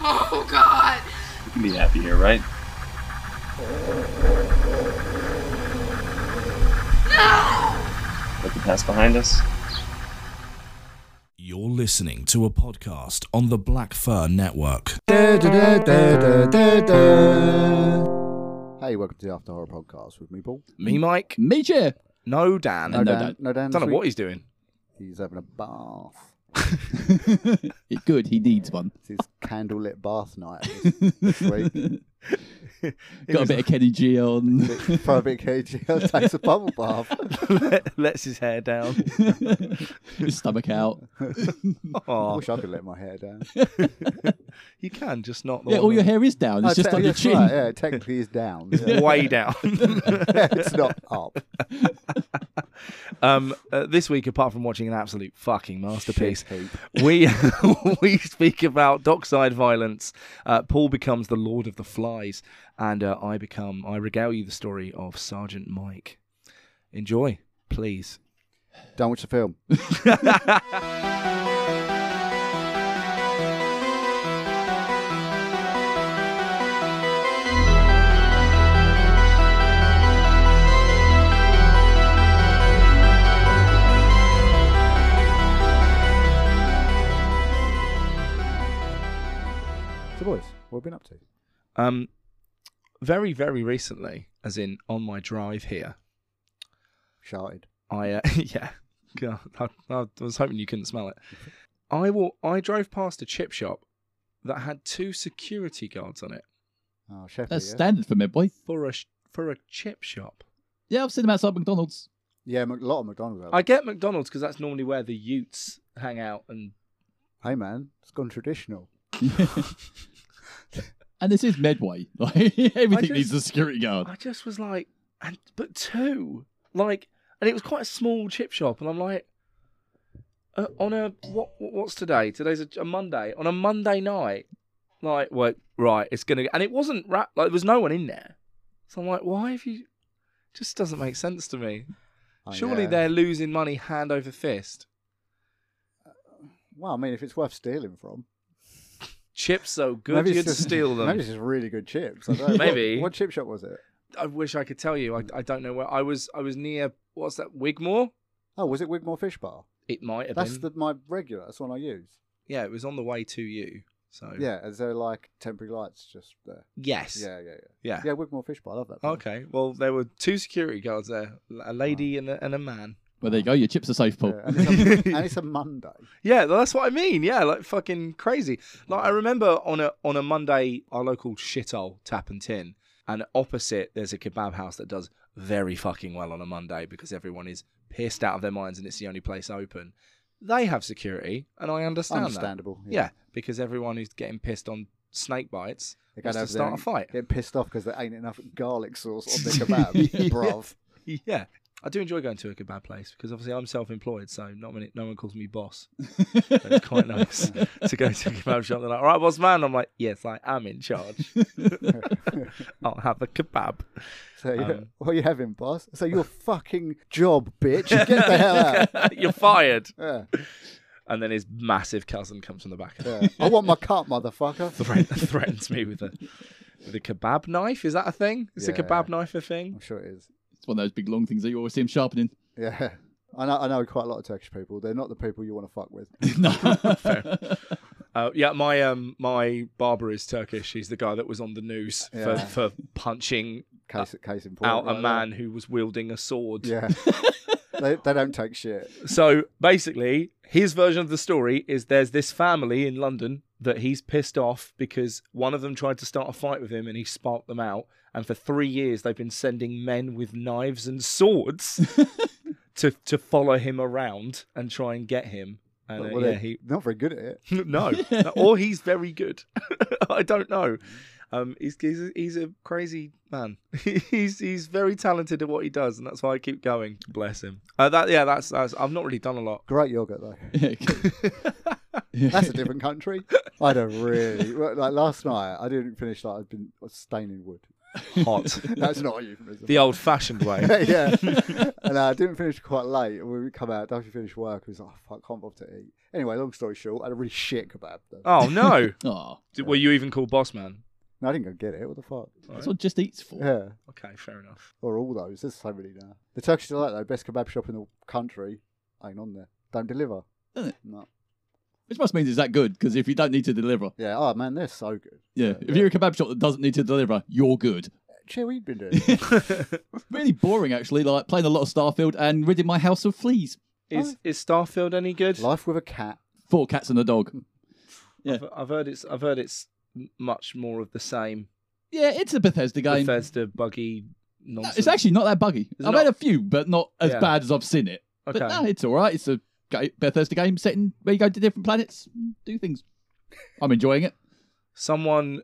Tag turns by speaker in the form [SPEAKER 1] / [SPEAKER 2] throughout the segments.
[SPEAKER 1] Oh God.
[SPEAKER 2] We can be happy here, right?
[SPEAKER 1] No.
[SPEAKER 2] Let the past behind us.
[SPEAKER 3] You're listening to a podcast on the Black Fur Network.
[SPEAKER 4] Hey, welcome to the After Horror Podcast with me, Paul.
[SPEAKER 5] Me, Mike.
[SPEAKER 6] Me too.
[SPEAKER 5] No, Dan.
[SPEAKER 6] No, Dan.
[SPEAKER 4] No, Dan.
[SPEAKER 5] I don't
[SPEAKER 4] this
[SPEAKER 5] know what
[SPEAKER 4] week.
[SPEAKER 5] he's doing.
[SPEAKER 4] He's having a bath.
[SPEAKER 6] It's good. He needs one.
[SPEAKER 4] It's his candlelit bath night this, this week.
[SPEAKER 6] Got a bit of Kenny G on.
[SPEAKER 4] Throw a big KG takes a bubble bath.
[SPEAKER 5] Lets his hair down.
[SPEAKER 6] His stomach out.
[SPEAKER 4] I
[SPEAKER 5] Aw.
[SPEAKER 4] wish I could let my hair down.
[SPEAKER 5] You can, just not the
[SPEAKER 6] Yeah,
[SPEAKER 5] one
[SPEAKER 6] all your
[SPEAKER 5] that's
[SPEAKER 6] hair is down. It's
[SPEAKER 4] Oh,
[SPEAKER 6] just
[SPEAKER 4] te-
[SPEAKER 6] on your
[SPEAKER 4] that's
[SPEAKER 6] chin.
[SPEAKER 4] Right, yeah, technically it's down. Yeah.
[SPEAKER 5] way down.
[SPEAKER 4] it's not up.
[SPEAKER 5] um, uh, this week, apart from watching an absolute fucking masterpiece,
[SPEAKER 4] Shit heap.
[SPEAKER 5] we we speak about dockside violence. Uh, Paul becomes the Lord of the Flies, and uh, I become I regale you the story of Sergeant Mike. Enjoy, please.
[SPEAKER 4] Don't watch the film. So, boys, what have we been up to?
[SPEAKER 5] Um, very very recently, as in on my drive here,
[SPEAKER 4] Sharted.
[SPEAKER 5] I uh, yeah, God, I, I was hoping you couldn't smell it. I will. I drove past a chip shop that had two security guards on it
[SPEAKER 4] Oh, Sheffield.
[SPEAKER 6] That's
[SPEAKER 4] yeah?
[SPEAKER 6] standard for Midway.
[SPEAKER 5] for a sh- for a chip shop.
[SPEAKER 6] Yeah, I've seen him outside McDonald's.
[SPEAKER 4] yeah, Mc- lot of McDonald's. out
[SPEAKER 5] I get McDonald's because that's normally where the Utes hang out, and
[SPEAKER 4] there. Hey, man, it's gone traditional.
[SPEAKER 6] And this is Medway. Like everything
[SPEAKER 5] just-
[SPEAKER 6] needs a security guard.
[SPEAKER 5] I just was like, and but two, like, and it was quite a small chip shop, and I'm like, uh, on a what what's today? Today's a, a Monday. On a Monday night, like, wait, right, it's gonna, and it wasn't wrapped. Like, there was no one in there, so I'm like, why have you? Just doesn't make sense to me.
[SPEAKER 4] I,
[SPEAKER 5] Surely
[SPEAKER 4] uh,
[SPEAKER 5] they're losing money hand over fist.
[SPEAKER 4] Well, I mean, if it's worth stealing from.
[SPEAKER 5] Chips so good
[SPEAKER 4] Maybe it's
[SPEAKER 5] you'd
[SPEAKER 4] just-
[SPEAKER 5] steal them.
[SPEAKER 4] Maybe it's just really good chips. I don't know.
[SPEAKER 5] Maybe.
[SPEAKER 4] What, what chip shop was it?
[SPEAKER 5] I wish I could tell you. I, I don't know where I was. I was near what's that Wigmore?
[SPEAKER 4] Oh, was it Wigmore Fish Bar?
[SPEAKER 5] It might have
[SPEAKER 4] That's
[SPEAKER 5] been.
[SPEAKER 4] the, my regular. That's the one I use.
[SPEAKER 5] Yeah, it was on the way to you. So
[SPEAKER 4] Yeah, is there like temporary lights just there?
[SPEAKER 5] Yes.
[SPEAKER 4] Yeah, yeah, yeah.
[SPEAKER 5] Yeah.
[SPEAKER 4] Yeah, Wigmore Fish Bar. I love that. place.
[SPEAKER 5] Okay. Well, there were two security guards there, a lady and, a, and a man.
[SPEAKER 6] Well, there you go. Your chips are safe, Paul.
[SPEAKER 4] Yeah, and, it's a, and it's a Monday.
[SPEAKER 5] Yeah, well, that's what I mean. Yeah, like fucking crazy. Like I remember on a on a Monday, our local shithole Tap and Tin, and opposite there's a kebab house that does very fucking well on a Monday because everyone is pissed out of their minds and it's the only place open. They have security, and I understand that.
[SPEAKER 4] Understandable.
[SPEAKER 5] Yeah. because everyone who's getting pissed on snake bites
[SPEAKER 4] They're
[SPEAKER 5] wants
[SPEAKER 4] going
[SPEAKER 5] to
[SPEAKER 4] over there
[SPEAKER 5] start
[SPEAKER 4] and
[SPEAKER 5] a fight.
[SPEAKER 4] Get pissed off because there ain't enough garlic sauce on the kebab, bruv.
[SPEAKER 5] Yeah. I do enjoy going to a kebab place because obviously I'm self-employed, so not many, no one calls me boss. So it's quite nice to go to a kebab shop. They're like, "All right, boss man," I'm like, "Yes, I am in charge. I'll have a kebab."
[SPEAKER 4] So yeah,
[SPEAKER 5] Um.
[SPEAKER 4] what are you having, boss? So your fucking job, bitch. Get the hell out.
[SPEAKER 5] You're fired.
[SPEAKER 4] Yeah,
[SPEAKER 5] And then his massive cousin comes from the back and
[SPEAKER 4] yeah. I want my cut, motherfucker.
[SPEAKER 5] threat- threatens me with a with a kebab knife. Is that a thing? Is a
[SPEAKER 4] Yeah.
[SPEAKER 5] kebab knife a thing?
[SPEAKER 4] I'm sure it is.
[SPEAKER 6] It's one of those big long things that you always see him sharpening.
[SPEAKER 4] Yeah. I know, I know quite a lot of Turkish people. They're not the people you want to fuck with.
[SPEAKER 6] no.
[SPEAKER 5] Uh, yeah, my um my barber is Turkish. He's the guy that was on the news
[SPEAKER 4] Yeah.
[SPEAKER 5] for, for punching
[SPEAKER 4] Case, case in point.
[SPEAKER 5] out
[SPEAKER 4] right
[SPEAKER 5] a
[SPEAKER 4] there.
[SPEAKER 5] man who was wielding a sword.
[SPEAKER 4] Yeah. they, they don't take shit.
[SPEAKER 5] So basically, his version of the story is there's this family in London that he's pissed off because one of them tried to start a fight with him and he sparked them out. And for three years, they've been sending men with knives and swords to to follow him around and try and get him. And uh,
[SPEAKER 4] Well,
[SPEAKER 5] yeah,
[SPEAKER 4] they're
[SPEAKER 5] he
[SPEAKER 4] not very good at it.
[SPEAKER 5] no, No, or he's very good. I don't know. Um, he's he's a, he's a crazy man. he's he's very talented at what he does, and that's why I keep going. Bless him. Uh, that yeah, that's, that's I've not really done a lot.
[SPEAKER 4] Great yogurt though.
[SPEAKER 6] Yeah.
[SPEAKER 4] That's a different country. I don't really well, like last night. I didn't finish. Like I'd been staining wood.
[SPEAKER 5] hot.
[SPEAKER 4] That's not a euphemism.
[SPEAKER 5] the old-fashioned way.
[SPEAKER 4] yeah. And uh, I didn't finish quite late. When we come out, after we finished work, I was like, oh, fuck, can't bother to eat. Anyway, long story short, I had a really shit kebab. Though.
[SPEAKER 5] Oh no!
[SPEAKER 6] Oh,
[SPEAKER 5] Did- Were you even called boss man?
[SPEAKER 4] No, I didn't go get it. What the fuck?
[SPEAKER 6] that's what just eats for.
[SPEAKER 4] Yeah.
[SPEAKER 5] Okay, fair enough.
[SPEAKER 4] Or all those. There's so many now. The Turkish Delight, though, best kebab shop in the country, ain't on there. Don't deliver.
[SPEAKER 6] Doesn't it?
[SPEAKER 4] No.
[SPEAKER 6] Which must mean it's that good because if you don't need to deliver,
[SPEAKER 4] Yeah. Oh, man, they're so good.
[SPEAKER 6] yeah, if you're a kebab shop that doesn't need to deliver, you're good.
[SPEAKER 4] Cheer, we've been doing.
[SPEAKER 6] Really boring actually. Like playing a lot of Starfield and ridding my house of fleas.
[SPEAKER 5] Is is Starfield any good?
[SPEAKER 4] Life with a cat.
[SPEAKER 6] Four cats and a dog.
[SPEAKER 5] I've, I've heard it's I've heard it's m- much more of the same.
[SPEAKER 6] Yeah, it's a Bethesda game.
[SPEAKER 5] Bethesda buggy
[SPEAKER 6] No,
[SPEAKER 5] nonsense.
[SPEAKER 6] it's actually not that buggy.
[SPEAKER 5] It's
[SPEAKER 6] I've
[SPEAKER 5] not-
[SPEAKER 6] had a few, but not as
[SPEAKER 5] Yeah.
[SPEAKER 6] bad as I've seen it.
[SPEAKER 5] okay.
[SPEAKER 6] But no, it's all right. It's a ga- Bethesda game setting where you go to different planets, and do things. I'm enjoying it.
[SPEAKER 5] Someone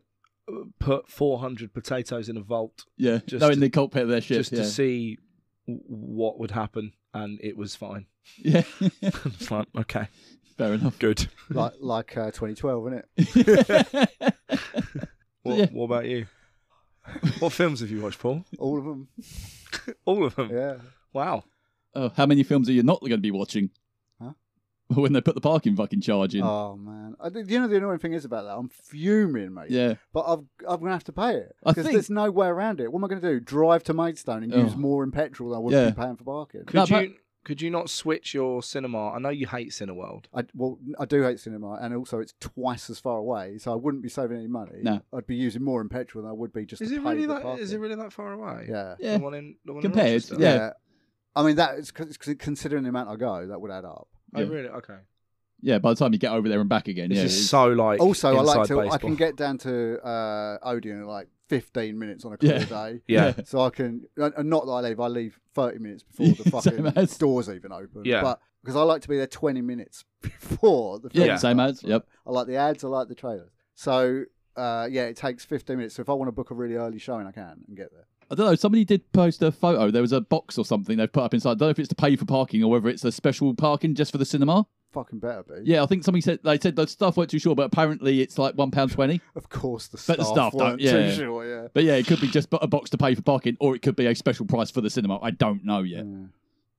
[SPEAKER 5] uh, put 400 potatoes in a vault
[SPEAKER 6] Yeah,
[SPEAKER 5] Just
[SPEAKER 6] knowing
[SPEAKER 5] to-
[SPEAKER 6] they can't pay their shit.
[SPEAKER 5] just
[SPEAKER 6] yeah.
[SPEAKER 5] to see w- what would happen, and it was fine.
[SPEAKER 6] Yeah,
[SPEAKER 5] It's like, okay,
[SPEAKER 6] fair enough.
[SPEAKER 5] good.
[SPEAKER 4] Like, like uh, 2012, isn't it?
[SPEAKER 5] What,
[SPEAKER 6] Yeah.
[SPEAKER 5] what about you? What films have you watched, Paul?
[SPEAKER 4] All of them.
[SPEAKER 5] All of them.
[SPEAKER 4] Yeah.
[SPEAKER 5] Wow.
[SPEAKER 6] oh, how many films are you not going to be watching?
[SPEAKER 4] Huh?
[SPEAKER 6] When they put the parking fucking charge in.
[SPEAKER 4] Oh man, I, think- you know the annoying thing is about that. I'm fuming, mate.
[SPEAKER 6] yeah,
[SPEAKER 4] But I've, I'm gonna have to pay it
[SPEAKER 6] I
[SPEAKER 4] because
[SPEAKER 6] think-
[SPEAKER 4] there's no way around it. What am I gonna do? Drive to Maidstone and
[SPEAKER 6] Oh.
[SPEAKER 4] use more in petrol than I would have be
[SPEAKER 6] Yeah.
[SPEAKER 4] paying for parking.
[SPEAKER 5] Could
[SPEAKER 6] No,
[SPEAKER 5] you could you not switch your cinema? I know you hate Cineworld.
[SPEAKER 4] I, well, I do hate cinema, and also it's twice as far away, so I wouldn't be saving any money.
[SPEAKER 6] No.
[SPEAKER 4] I'd be using more in petrol than I would be just.
[SPEAKER 5] Is
[SPEAKER 4] to
[SPEAKER 5] it
[SPEAKER 4] pay
[SPEAKER 5] really
[SPEAKER 4] the
[SPEAKER 5] that? Is it
[SPEAKER 4] parking.
[SPEAKER 5] really that far away?
[SPEAKER 4] Yeah.
[SPEAKER 6] yeah.
[SPEAKER 5] The one in the one In
[SPEAKER 6] Compared,
[SPEAKER 5] Rochester?
[SPEAKER 6] yeah.
[SPEAKER 4] I mean that is cause, 'cause considering the amount I go, that would add up.
[SPEAKER 5] Oh,
[SPEAKER 6] Yeah.
[SPEAKER 5] really? Okay.
[SPEAKER 6] Yeah, by the time you get over there and back again,
[SPEAKER 5] This
[SPEAKER 6] yeah,
[SPEAKER 5] is
[SPEAKER 6] it's-
[SPEAKER 5] so like.
[SPEAKER 4] Also, I like
[SPEAKER 5] inside
[SPEAKER 4] to. I
[SPEAKER 5] baseball.
[SPEAKER 4] can get down to uh, Odeon in like 15 minutes on a clear
[SPEAKER 6] Yeah.
[SPEAKER 4] day.
[SPEAKER 5] Yeah.
[SPEAKER 4] So I can, and and not that I leave, I leave 30 minutes before the
[SPEAKER 6] Same
[SPEAKER 4] fucking
[SPEAKER 6] as.
[SPEAKER 4] doors even open.
[SPEAKER 5] Yeah.
[SPEAKER 4] But because I like to be there 20 minutes before the
[SPEAKER 6] yeah,
[SPEAKER 4] film
[SPEAKER 5] Yeah.
[SPEAKER 6] same
[SPEAKER 4] starts,
[SPEAKER 6] as
[SPEAKER 4] right?
[SPEAKER 6] yep.
[SPEAKER 4] I like the ads, I like the trailers. So, uh, yeah, it takes 15 minutes. So if I want to book a really early showing, I can and get there.
[SPEAKER 6] I don't know. Somebody did post a photo. There was a box or something they've put up inside. I don't know if it's to pay for parking or whether it's a special parking just for the cinema.
[SPEAKER 4] Fucking better be.
[SPEAKER 6] Yeah, I think somebody said they said the staff weren't too sure, but apparently it's like one pound twenty.
[SPEAKER 4] Of course, the staff,
[SPEAKER 6] But the staff don't-
[SPEAKER 4] weren't
[SPEAKER 6] yeah.
[SPEAKER 4] too sure, yeah.
[SPEAKER 6] But yeah, it could be just a box to pay for parking, or it could be a special price for the cinema. I don't know yet,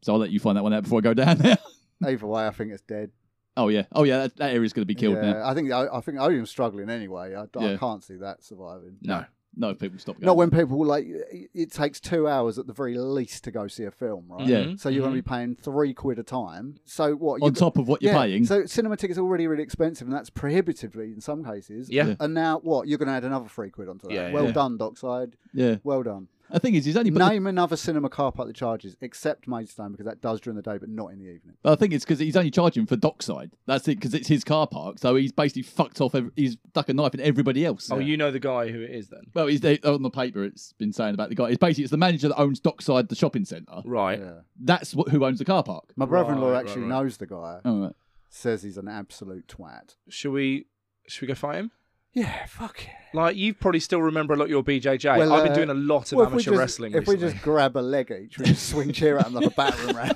[SPEAKER 6] so I'll let you find that one out before I go down there.
[SPEAKER 4] Yeah. Either way, I think it's dead.
[SPEAKER 6] oh yeah, oh yeah, that, that area's going to be killed
[SPEAKER 4] yeah,
[SPEAKER 6] now.
[SPEAKER 4] I think I, I think Odeon's struggling anyway. I, I
[SPEAKER 6] Yeah.
[SPEAKER 4] can't see that surviving.
[SPEAKER 6] No, no, if people stop going.
[SPEAKER 4] Not when people like it it takes two hours at the very least to go see a film, right?
[SPEAKER 5] Mm-hmm.
[SPEAKER 6] Yeah.
[SPEAKER 4] So you're going to be paying three quid a time. So what?
[SPEAKER 6] on
[SPEAKER 4] you've-
[SPEAKER 6] top of what you're
[SPEAKER 4] yeah,
[SPEAKER 6] paying.
[SPEAKER 4] So cinema tickets are already really expensive, and that's prohibitively in some cases.
[SPEAKER 5] Yeah.
[SPEAKER 6] Yeah.
[SPEAKER 4] And now what? You're going to add another three quid onto that.
[SPEAKER 5] Yeah,
[SPEAKER 4] well
[SPEAKER 5] yeah.
[SPEAKER 4] done, Dockside.
[SPEAKER 6] yeah,
[SPEAKER 4] Well done.
[SPEAKER 6] the thing is, he's only put the-
[SPEAKER 4] Name another cinema car park that charges except Maidstone because that does during the day, but not in the evening.
[SPEAKER 6] I think it's because he's only charging for dockside. That's it, because it's his car park. So he's basically fucked off. Every, he's stuck a knife in everybody else.
[SPEAKER 5] Oh, you know the guy who it is then.
[SPEAKER 6] Well, he's they, on the paper. It's been saying about the guy. It's basically it's the manager that owns Dockside, the shopping centre.
[SPEAKER 5] Right.
[SPEAKER 4] Yeah.
[SPEAKER 6] That's what, who owns the car park.
[SPEAKER 4] My brother-in-law
[SPEAKER 5] Right, right,
[SPEAKER 4] actually
[SPEAKER 5] right.
[SPEAKER 4] knows the guy.
[SPEAKER 6] Oh, right.
[SPEAKER 4] Says he's an absolute twat.
[SPEAKER 5] Should we? Should we go fight him?
[SPEAKER 4] Yeah, fuck it.
[SPEAKER 5] Like you probably still remember a lot of your BJJ.
[SPEAKER 4] Well,
[SPEAKER 5] I've been
[SPEAKER 4] uh,
[SPEAKER 5] doing a lot of
[SPEAKER 4] Well, if we
[SPEAKER 5] amateur
[SPEAKER 4] just-
[SPEAKER 5] wrestling
[SPEAKER 4] If
[SPEAKER 5] recently.
[SPEAKER 4] we just grab a leg each, we just swing chair at him like a battering ram.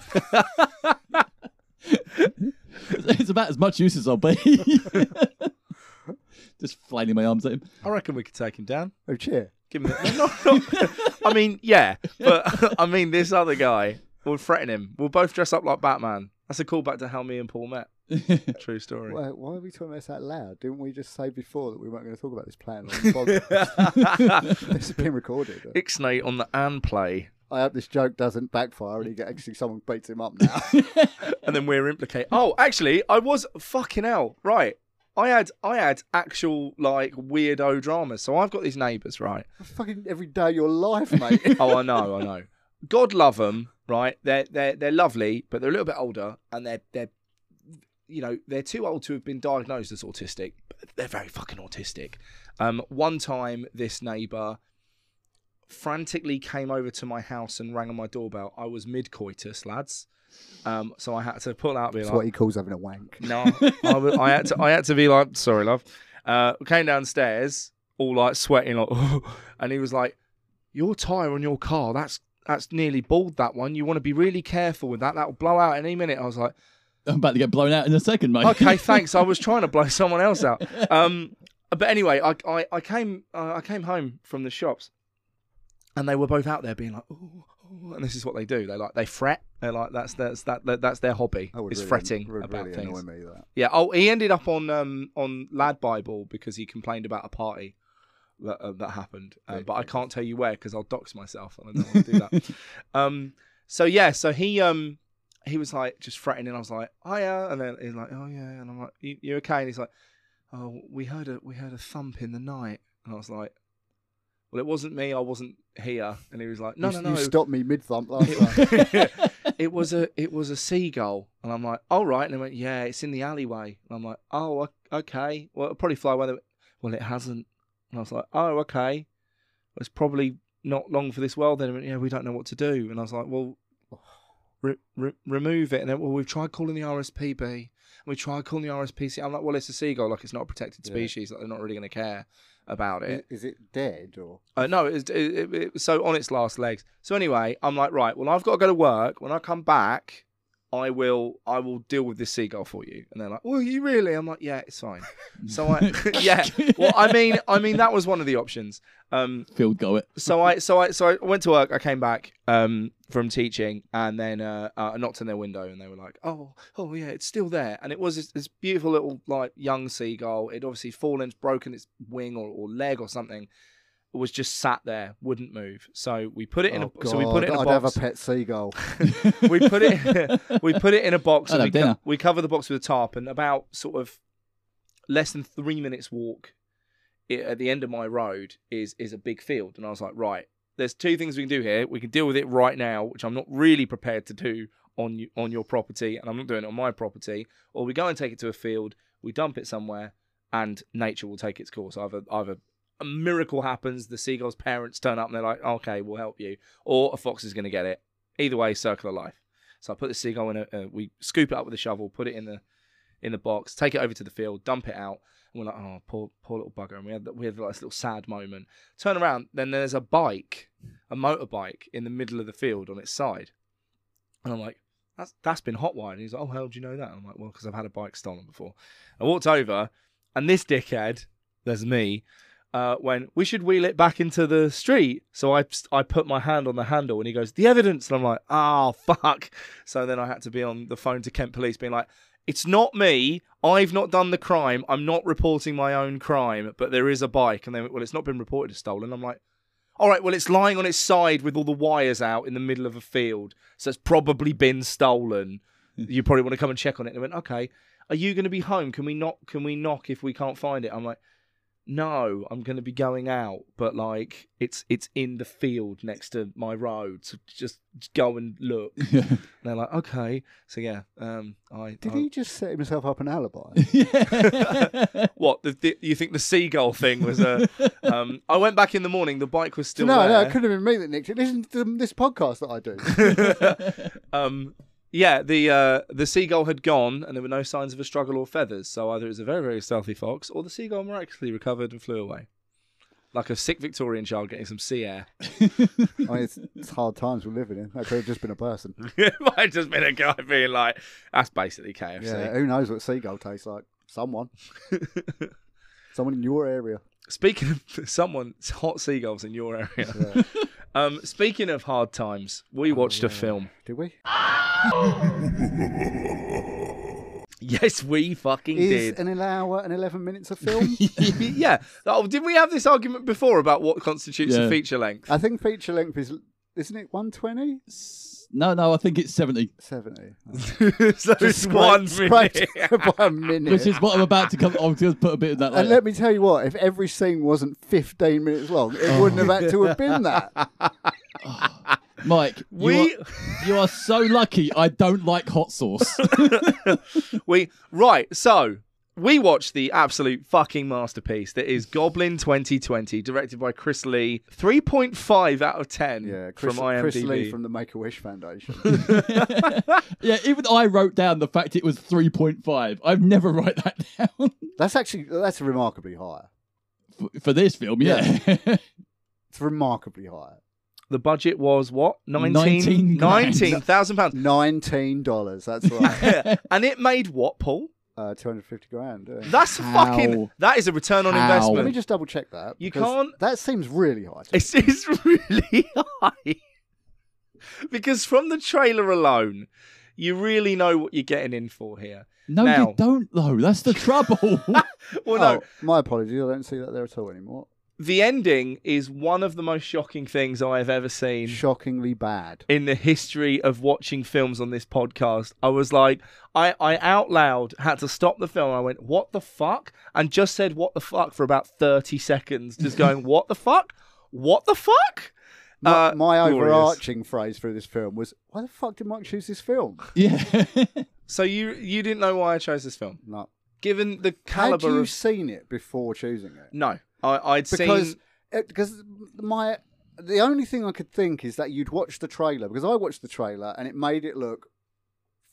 [SPEAKER 6] it's about as much use as I'll be. Just flailing my arms at him.
[SPEAKER 5] I reckon we could take him down.
[SPEAKER 4] Oh, cheer.
[SPEAKER 5] Give him. The, no, no, no. I mean, yeah, but I mean, this other guy will threaten him. We'll both dress up like Batman. That's a callback to how me and Paul met. True story.
[SPEAKER 4] Why, why are we talking about this out loud? Didn't we just say before that we weren't going to talk about this plan on the podcast? this has been recorded.
[SPEAKER 5] Ixnay on the and play,
[SPEAKER 4] I hope this joke doesn't backfire and he get, actually someone beats him up now.
[SPEAKER 5] and then we're implicated. Oh, actually, I was fucking hell. Right, I had I had actual like weirdo dramas. So I've got these neighbours, right?
[SPEAKER 4] Fucking every day of your life, mate.
[SPEAKER 5] oh, I know, I know. God love them, right? They're they're they're lovely, but they're a little bit older, and they're they're you know they're too old to have been diagnosed as autistic. But they're very fucking autistic. Um, one time, this neighbour frantically came over to my house and rang on my doorbell. I was mid coitus, lads, um, so I had to pull out. and Be
[SPEAKER 4] That's
[SPEAKER 5] like,
[SPEAKER 4] what he calls having a wank.
[SPEAKER 5] no, I, wa- I had to. I had to be like, sorry, love. Uh, came downstairs, all like sweating, like, and he was like, "Your tire on your car. That's that's nearly bald. That one. You want to be really careful with that. That'll blow out any minute." I was like,
[SPEAKER 6] I'm about to get blown out in a second, mate.
[SPEAKER 5] "Okay, thanks. I was trying to blow someone else out." Um, but anyway, I I, I came uh, I came home from the shops, and they were both out there being like, "Ooh," ooh," and this is what they do. They like they fret. They're like that's that's that, that that's their hobby.
[SPEAKER 4] That would
[SPEAKER 5] is
[SPEAKER 4] really-
[SPEAKER 5] fretting
[SPEAKER 4] would
[SPEAKER 5] about
[SPEAKER 4] really
[SPEAKER 5] things.
[SPEAKER 4] annoy me. That
[SPEAKER 5] Yeah. Oh, he ended up on um on Lad Bible because he complained about a party that uh, that happened, uh,
[SPEAKER 4] Yeah,
[SPEAKER 5] but I
[SPEAKER 4] fair
[SPEAKER 5] can't tell you where because I'll dox myself and I don't want to do that. Um. So yeah. So he um he was like just fretting, and I was like, "Oh yeah," and then he's like, "Oh yeah," and I'm like, "You, you okay?" And he's like, "Oh, we heard a we heard a thump in the night," and I was like. Well, it wasn't me. I wasn't here, and he was like, "No,
[SPEAKER 4] you,
[SPEAKER 5] no, no."
[SPEAKER 4] you stopped me mid thump last time.
[SPEAKER 5] it was a it was a seagull, and I'm like, all right. And they went, yeah, it's in the alleyway. And I'm like, oh, o- okay. Well, it'll probably fly away. They went, Well, it hasn't. And I was like, oh, okay. Well, it's probably not long for this world. Then They went, yeah, we don't know what to do. And I was like, well, re- re- remove it. And then well, we've tried calling the RSPB. And we tried calling the RSPC. I'm like, well, it's a seagull. Like it's not a protected
[SPEAKER 4] Yeah.
[SPEAKER 5] species. Like they're not really going to care about it.
[SPEAKER 4] is, is it dead or
[SPEAKER 5] Uh, no, it was, it, it, it- so on its last legs. So anyway, I'm like, right, well, I've got to go to work. When I come back, I will, I will deal with this seagull for you. And they're like, well, you really? I'm like, yeah, it's fine. So I, yeah. Well, I mean, I mean, that was one of the options. Um,
[SPEAKER 6] Field go it.
[SPEAKER 5] so I so I so I went to work. I came back um, from teaching, and then uh, uh, I knocked on their window, and they were like, "Oh, oh yeah, it's still there." And it was this, this beautiful little like young seagull. It obviously fallen, broken its wing or, or leg or something. It was just sat there, wouldn't move. So we put it in a
[SPEAKER 4] oh, God,
[SPEAKER 5] so we put it in a
[SPEAKER 4] I'd
[SPEAKER 5] box.
[SPEAKER 4] have a pet seagull.
[SPEAKER 5] we put it we put it in a box. And
[SPEAKER 6] I'd
[SPEAKER 5] we,
[SPEAKER 6] have dinner.
[SPEAKER 5] co- we cover the box with a tarp, and about sort of less than three minutes walk i at the end of my road is is a big field, and I was like, right, there's two things we can do here. We can deal with it right now, which I'm not really prepared to do on you, on your property, and I'm not doing it on my property. Or we go and take it to a field, we dump it somewhere, and nature will take its course. Either either a miracle happens, the seagull's parents turn up and they're like, okay, we'll help you, or a fox is going to get it. Either way, circle of life. So I put the seagull in a, uh, we scoop it up with a shovel, put it in the in the box, take it over to the field, dump it out, and we're like, oh, poor poor little bugger. And we had that- we had like this little sad moment. Turn around, then there's a bike, a motorbike in the middle of the field on its side, and I'm like. That's, that's been hotwired. And he's like, oh, how do you know that? I'm like, well, because I've had a bike stolen before. I walked over, and this dickhead, there's me, uh, went, we should wheel it back into the street. So I, I put my hand on the handle, and he goes, the evidence. And I'm like, oh, fuck. So then I had to be on the phone to Kent Police, being like, "It's not me. I've not done the crime. I'm not reporting my own crime, but there is a bike." And they went, "Well, it's not been reported as stolen." I'm like, "All right, well, it's lying on its side with all the wires out in the middle of a field, so it's probably been stolen.
[SPEAKER 4] Hmm.
[SPEAKER 5] You probably want to come and check on it." And they went, "Okay, are you going to be home? Can we knock? Can we knock if we can't find it?" I'm like. No, I'm going to be going out, but like it's it's in the field next to my road, so just go and look. And they're like, okay. So yeah, um, I
[SPEAKER 4] Did
[SPEAKER 5] I-
[SPEAKER 4] he just set himself up an alibi?
[SPEAKER 5] What the, the, you think the seagull thing was a? um, I went back in the morning. The bike was still
[SPEAKER 4] no,
[SPEAKER 5] there.
[SPEAKER 4] no, it could have been me that nicked it. Listen to this podcast that I do.
[SPEAKER 5] um, yeah, the uh, the seagull had gone, and there were no signs of a struggle or feathers. So either it was a very very stealthy fox, or the seagull miraculously recovered and flew away, like a sick Victorian child getting some sea air.
[SPEAKER 4] I mean, it's, it's hard times we're living in. That could have just been a person.
[SPEAKER 5] it might have just been a guy being like, "That's basically KFC."
[SPEAKER 4] Yeah, who knows what seagull tastes like? Someone. Someone in your area.
[SPEAKER 5] Speaking of someone hot seagulls in your area. Um, speaking of hard times,
[SPEAKER 4] Oh,
[SPEAKER 5] we watched a film.
[SPEAKER 4] Did we?
[SPEAKER 5] Yes, we fucking
[SPEAKER 4] Is
[SPEAKER 5] did.
[SPEAKER 4] an hour and 11 minutes of film?
[SPEAKER 5] yeah. Oh, did we have this argument before about what constitutes a
[SPEAKER 6] Yeah.
[SPEAKER 5] feature length?
[SPEAKER 4] I think feature length is, isn't it 120?
[SPEAKER 6] no, no, I think it's 70.
[SPEAKER 4] 70. Uh,
[SPEAKER 5] so it's one
[SPEAKER 4] Scraped
[SPEAKER 5] minute.
[SPEAKER 4] by a minute.
[SPEAKER 6] Which is what I'm about to come. I'll just put a bit of that.
[SPEAKER 4] and
[SPEAKER 6] later.
[SPEAKER 4] let me tell you what, if every scene wasn't 15 minutes long, it
[SPEAKER 5] Oh.
[SPEAKER 4] wouldn't have had to have been that.
[SPEAKER 6] Mike,
[SPEAKER 5] We-
[SPEAKER 6] you, are, you are so lucky. I don't like hot sauce.
[SPEAKER 5] We right. So we watched the absolute fucking masterpiece that is Goblin 2020, directed by Chris Lee. 3.5 out of 10
[SPEAKER 4] Yeah, Chris,
[SPEAKER 5] from IMDb.
[SPEAKER 4] Chris Lee from the Make a Wish Foundation.
[SPEAKER 6] yeah, even I wrote down the fact it was 3.5. I've never write that down
[SPEAKER 4] that's actually that's remarkably higher.
[SPEAKER 6] for, for this film. Yeah,
[SPEAKER 4] It's remarkably higher.
[SPEAKER 5] the budget was what? 19
[SPEAKER 6] 19 grand.
[SPEAKER 5] £19,000 pounds.
[SPEAKER 4] Nineteen dollars. That's right.
[SPEAKER 5] and it made what, Paul?
[SPEAKER 4] uh, 250 grand. uh,
[SPEAKER 5] That's
[SPEAKER 6] How?
[SPEAKER 5] fucking. That is a return on
[SPEAKER 6] How?
[SPEAKER 4] Let me
[SPEAKER 5] investment.
[SPEAKER 4] just double check that.
[SPEAKER 5] You
[SPEAKER 4] because
[SPEAKER 5] can't-
[SPEAKER 4] That seems really high. to me.
[SPEAKER 5] It's, it's really high because from the trailer alone, you really know what you're getting in for here.
[SPEAKER 6] No,
[SPEAKER 5] Now-
[SPEAKER 6] you don't though. That's the trouble.
[SPEAKER 5] Well,
[SPEAKER 4] oh,
[SPEAKER 5] no,
[SPEAKER 4] my apologies. I don't see that there at all anymore.
[SPEAKER 5] the ending is one of the most shocking things I have ever seen.
[SPEAKER 4] Shockingly bad.
[SPEAKER 5] in the history of watching films on this podcast. I was like, I, I out loud had to stop the film. I went, what the fuck? And just said, what the fuck for about 30 seconds, just going, what the fuck? What the fuck?
[SPEAKER 4] My,
[SPEAKER 5] Uh,
[SPEAKER 4] my
[SPEAKER 5] glorious.
[SPEAKER 4] overarching phrase through this film was, "Why the fuck did Mike choose this film?"
[SPEAKER 6] yeah.
[SPEAKER 5] So you you didn't know why I chose this film,
[SPEAKER 4] No.
[SPEAKER 5] given the
[SPEAKER 4] Had
[SPEAKER 5] caliber
[SPEAKER 4] you
[SPEAKER 5] of
[SPEAKER 4] seen it before choosing it?
[SPEAKER 5] no, I, I'd
[SPEAKER 4] because
[SPEAKER 5] seen
[SPEAKER 4] it- because my the only thing I could think is that you'd watch the trailer because I watched the trailer and it made it look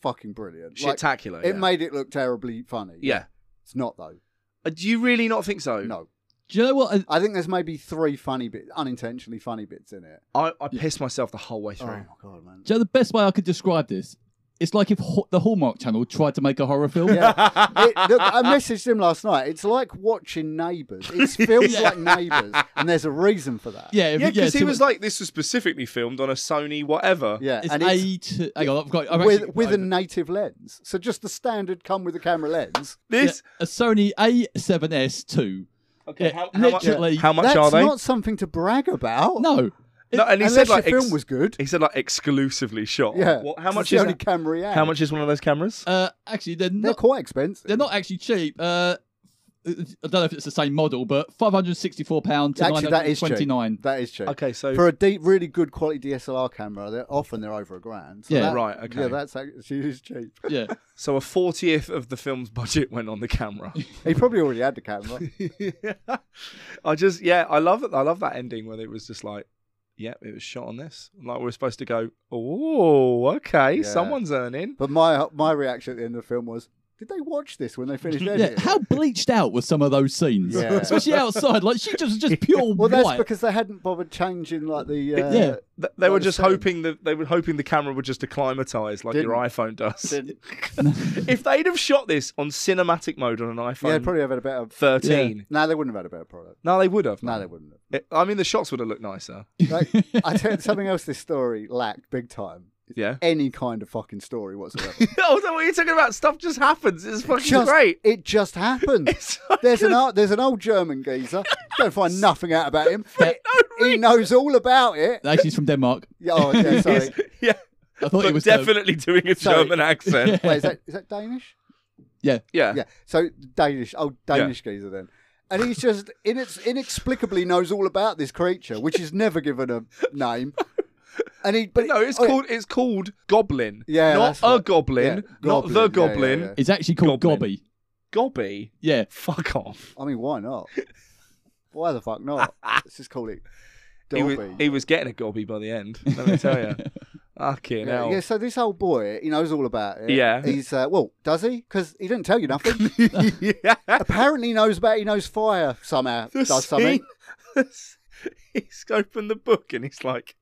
[SPEAKER 4] fucking brilliant. Like,
[SPEAKER 5] shectacular.
[SPEAKER 4] it
[SPEAKER 5] yeah.
[SPEAKER 4] made it look terribly funny.
[SPEAKER 5] yeah.
[SPEAKER 4] it's not though.
[SPEAKER 5] Uh, Do you really not think so?
[SPEAKER 4] No,
[SPEAKER 6] Do you know what?
[SPEAKER 4] I think there's maybe three funny bits, unintentionally funny bits in it. Oh,
[SPEAKER 5] I, I pissed myself the whole way through.
[SPEAKER 4] god, man!
[SPEAKER 6] Do you know the best way I could describe this? It's like if Ho- the Hallmark Channel tried to make a horror film.
[SPEAKER 4] Yeah. It, look, I messaged him last night. It's like watching Neighbours. It's filmed like Neighbours, and there's a reason for that.
[SPEAKER 6] yeah, if-
[SPEAKER 5] Yeah, because he
[SPEAKER 6] so
[SPEAKER 5] was like, this was specifically filmed on a Sony whatever.
[SPEAKER 4] yeah,
[SPEAKER 6] It's
[SPEAKER 4] and
[SPEAKER 6] A
[SPEAKER 4] it's
[SPEAKER 6] to, hang on, I've got. I've
[SPEAKER 4] with
[SPEAKER 6] actually-
[SPEAKER 4] with a
[SPEAKER 6] I've-
[SPEAKER 4] native lens. So just the standard come with a camera lens.
[SPEAKER 6] yeah,
[SPEAKER 5] This
[SPEAKER 6] a Sony A7S two.
[SPEAKER 5] okay.
[SPEAKER 6] Yeah,
[SPEAKER 5] how, how much,
[SPEAKER 6] literally-
[SPEAKER 5] how much
[SPEAKER 4] That's
[SPEAKER 5] are they?
[SPEAKER 4] not something to brag about.
[SPEAKER 6] No,
[SPEAKER 5] No, and he
[SPEAKER 4] Unless
[SPEAKER 5] said like
[SPEAKER 4] your
[SPEAKER 5] ex-
[SPEAKER 4] film was good.
[SPEAKER 5] he said like exclusively shot.
[SPEAKER 4] Yeah.
[SPEAKER 5] What- how
[SPEAKER 4] It's
[SPEAKER 5] much
[SPEAKER 4] the
[SPEAKER 5] is
[SPEAKER 4] only
[SPEAKER 5] that?
[SPEAKER 4] camera? he had.
[SPEAKER 5] how much is one of those cameras?
[SPEAKER 6] uh, actually, they're
[SPEAKER 4] They're
[SPEAKER 6] not.
[SPEAKER 4] quite expensive.
[SPEAKER 6] They're not actually cheap. Uh, I don't know if it's the same model, but five hundred sixty-four pound to
[SPEAKER 4] Actually, that is cheap.
[SPEAKER 6] 929.
[SPEAKER 4] That is cheap.
[SPEAKER 5] okay, so
[SPEAKER 4] For a deep, really good quality DSLR camera, they're often they're over a grand. So
[SPEAKER 6] Yeah.
[SPEAKER 4] that-
[SPEAKER 5] Right, okay.
[SPEAKER 4] Yeah, that's actually it is cheap.
[SPEAKER 6] Yeah,
[SPEAKER 5] so a fortieth of the film's budget went on the camera.
[SPEAKER 4] He probably already had the camera.
[SPEAKER 5] I just yeah, I love it. I love that ending where it was just like, yeah, it was shot on this. Like we were supposed to go, oh, okay,
[SPEAKER 4] Yeah.
[SPEAKER 5] someone's earning.
[SPEAKER 4] But my my reaction at the end of the film was, did they watch this when they finished editing?
[SPEAKER 6] yeah.
[SPEAKER 4] it?
[SPEAKER 6] How bleached out was some of those scenes,
[SPEAKER 4] Yeah.
[SPEAKER 6] especially outside. Like she just just pure
[SPEAKER 4] Well, that's
[SPEAKER 6] white.
[SPEAKER 4] because they hadn't bothered changing like the uh,
[SPEAKER 6] Yeah.
[SPEAKER 5] Th- They were
[SPEAKER 4] Like the
[SPEAKER 5] just
[SPEAKER 4] same.
[SPEAKER 5] hoping that they were hoping the camera would just acclimatise like your iPhone does.
[SPEAKER 4] Didn't-
[SPEAKER 5] if they'd have shot this on cinematic mode on an
[SPEAKER 4] yeah,
[SPEAKER 5] iPhone
[SPEAKER 4] they'd probably have had a better.
[SPEAKER 5] 13,
[SPEAKER 4] No, they wouldn't have had a better product.
[SPEAKER 5] no, they would have.
[SPEAKER 4] No,
[SPEAKER 5] man.
[SPEAKER 4] they wouldn't. have.
[SPEAKER 5] It- I mean, the shots would have looked nicer.
[SPEAKER 4] Like, I tell something else. This story lacked big time.
[SPEAKER 5] Yeah.
[SPEAKER 4] Any kind of fucking story whatsoever.
[SPEAKER 5] oh, what are you talking about? Stuff just happens. It's fucking
[SPEAKER 4] just,
[SPEAKER 5] great.
[SPEAKER 4] It just happened.
[SPEAKER 5] It's so
[SPEAKER 4] there's an
[SPEAKER 5] good.
[SPEAKER 4] old, there's an old German geezer. Don't find nothing out about him.
[SPEAKER 5] no
[SPEAKER 4] he knows all about it.
[SPEAKER 6] Actually, he's from Denmark.
[SPEAKER 4] Yeah, Oh, yeah, sorry.
[SPEAKER 5] It's- yeah,
[SPEAKER 6] I thought he
[SPEAKER 5] but
[SPEAKER 6] was uh,
[SPEAKER 5] definitely doing a
[SPEAKER 4] Sorry.
[SPEAKER 5] German accent.
[SPEAKER 4] Wait, is that is that Danish?
[SPEAKER 5] yeah.
[SPEAKER 4] Yeah. So Danish. Oh, Danish geezer then. And he's just inex- inexplicably knows all about this creature, which is never given a name. And he,
[SPEAKER 5] But no, it's
[SPEAKER 4] oh,
[SPEAKER 5] called it's called goblin.
[SPEAKER 4] Yeah,
[SPEAKER 5] not
[SPEAKER 4] that's
[SPEAKER 5] a
[SPEAKER 4] right.
[SPEAKER 5] goblin,
[SPEAKER 4] Yeah,
[SPEAKER 5] not the
[SPEAKER 4] goblin,
[SPEAKER 5] goblin.
[SPEAKER 4] yeah, yeah,
[SPEAKER 6] It's actually called
[SPEAKER 5] Goblin.
[SPEAKER 6] Gobby.
[SPEAKER 5] Gobby,
[SPEAKER 6] Yeah.
[SPEAKER 5] fuck off.
[SPEAKER 4] I mean, why not? Why the fuck not? Let's just call it.
[SPEAKER 5] He was,
[SPEAKER 4] Dolby.
[SPEAKER 5] he was getting a gobby by the end. Let me tell you. Fucking
[SPEAKER 4] Yeah,
[SPEAKER 5] hell.
[SPEAKER 4] yeah, so this old boy, he knows all about it.
[SPEAKER 5] Yeah.
[SPEAKER 4] He's, uh, well, does he? Because he didn't tell you nothing.
[SPEAKER 5] yeah.
[SPEAKER 4] Apparently, he knows about, he knows fire somehow,
[SPEAKER 5] The
[SPEAKER 4] does something.
[SPEAKER 5] scene- he's opened the book and he's like,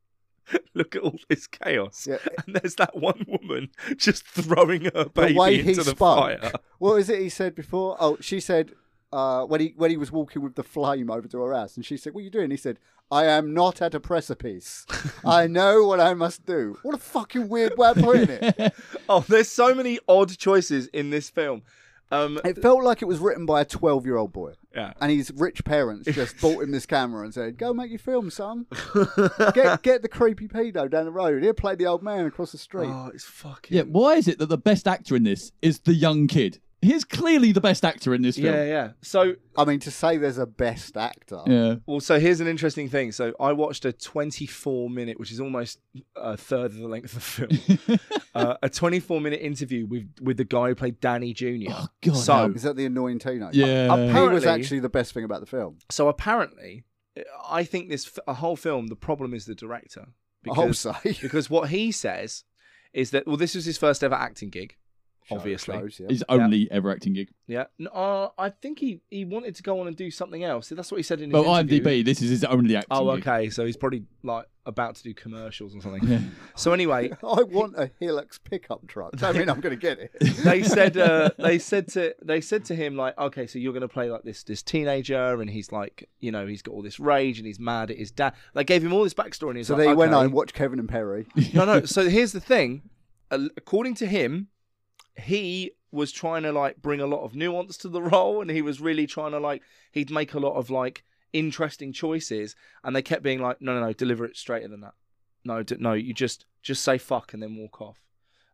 [SPEAKER 5] look at all this chaos.
[SPEAKER 4] Yeah.
[SPEAKER 5] And there's that one woman just throwing her baby
[SPEAKER 4] the way
[SPEAKER 5] into
[SPEAKER 4] he
[SPEAKER 5] the
[SPEAKER 4] spoke.
[SPEAKER 5] fire.
[SPEAKER 4] What was it he said before? Oh, she said, uh, when he when he was walking with the flame over to her house, and she said, What are you doing? He said, I am not at a precipice. I know what I must do. What a fucking weird way of putting it.
[SPEAKER 5] Oh, there's so many odd choices in this film. Um,
[SPEAKER 4] It felt like it was written by a 12 year old boy.
[SPEAKER 5] yeah.
[SPEAKER 4] and his rich parents just bought him this camera and said, "Go make your film, son. Get get the creepy pedo down the road. He'll play the old man across the street."
[SPEAKER 5] Oh, it's fucking.
[SPEAKER 6] Yeah, why is it that the best actor in this is the young kid? He's clearly the best actor in this film.
[SPEAKER 5] yeah, yeah. So,
[SPEAKER 4] I mean, to say there's a best actor,
[SPEAKER 6] Yeah.
[SPEAKER 5] well, so here's an interesting thing. So, I watched a 24 minute, which is almost a third of the length of the film, uh, a 24 minute interview with with the guy who played Danny Jr.
[SPEAKER 6] Oh, God,
[SPEAKER 5] So,
[SPEAKER 6] no.
[SPEAKER 4] is that the annoying Tino?
[SPEAKER 6] Yeah.
[SPEAKER 5] Up-
[SPEAKER 4] he was
[SPEAKER 5] Apparently-
[SPEAKER 4] actually the best thing about the film.
[SPEAKER 5] So apparently, I think this f- a whole film. The problem is the director
[SPEAKER 4] I hope so.
[SPEAKER 5] because what he says is that well, this was his first ever acting gig,
[SPEAKER 4] Show-
[SPEAKER 5] Obviously.
[SPEAKER 4] shows, yeah.
[SPEAKER 6] His only ever acting gig.
[SPEAKER 5] Yeah. No, uh, I think he, he wanted to go on and do something else. That's what he said in his
[SPEAKER 6] Well,
[SPEAKER 5] interview.
[SPEAKER 6] IMDb, this is his only acting.
[SPEAKER 5] Oh,
[SPEAKER 6] gig.
[SPEAKER 5] okay. So he's probably like about to do commercials or something. So anyway,
[SPEAKER 4] I want a Helix pickup truck. I mean, I'm going to get it.
[SPEAKER 5] they said uh, they said to they said to him like, okay, so you're going to play like this this teenager, and he's like, you know, he's got all this rage and he's mad at his dad. They gave him all this backstory. And he's
[SPEAKER 4] So
[SPEAKER 5] like,
[SPEAKER 4] they went
[SPEAKER 5] okay.
[SPEAKER 4] on and watched Kevin and Perry.
[SPEAKER 5] no, no. So here's the thing. Al- According to him, he was trying to like bring a lot of nuance to the role, and he was really trying to like he'd make a lot of like interesting choices, and they kept being like, no, no, no, deliver it straighter than that. No, d- no, you just just say fuck and then walk off.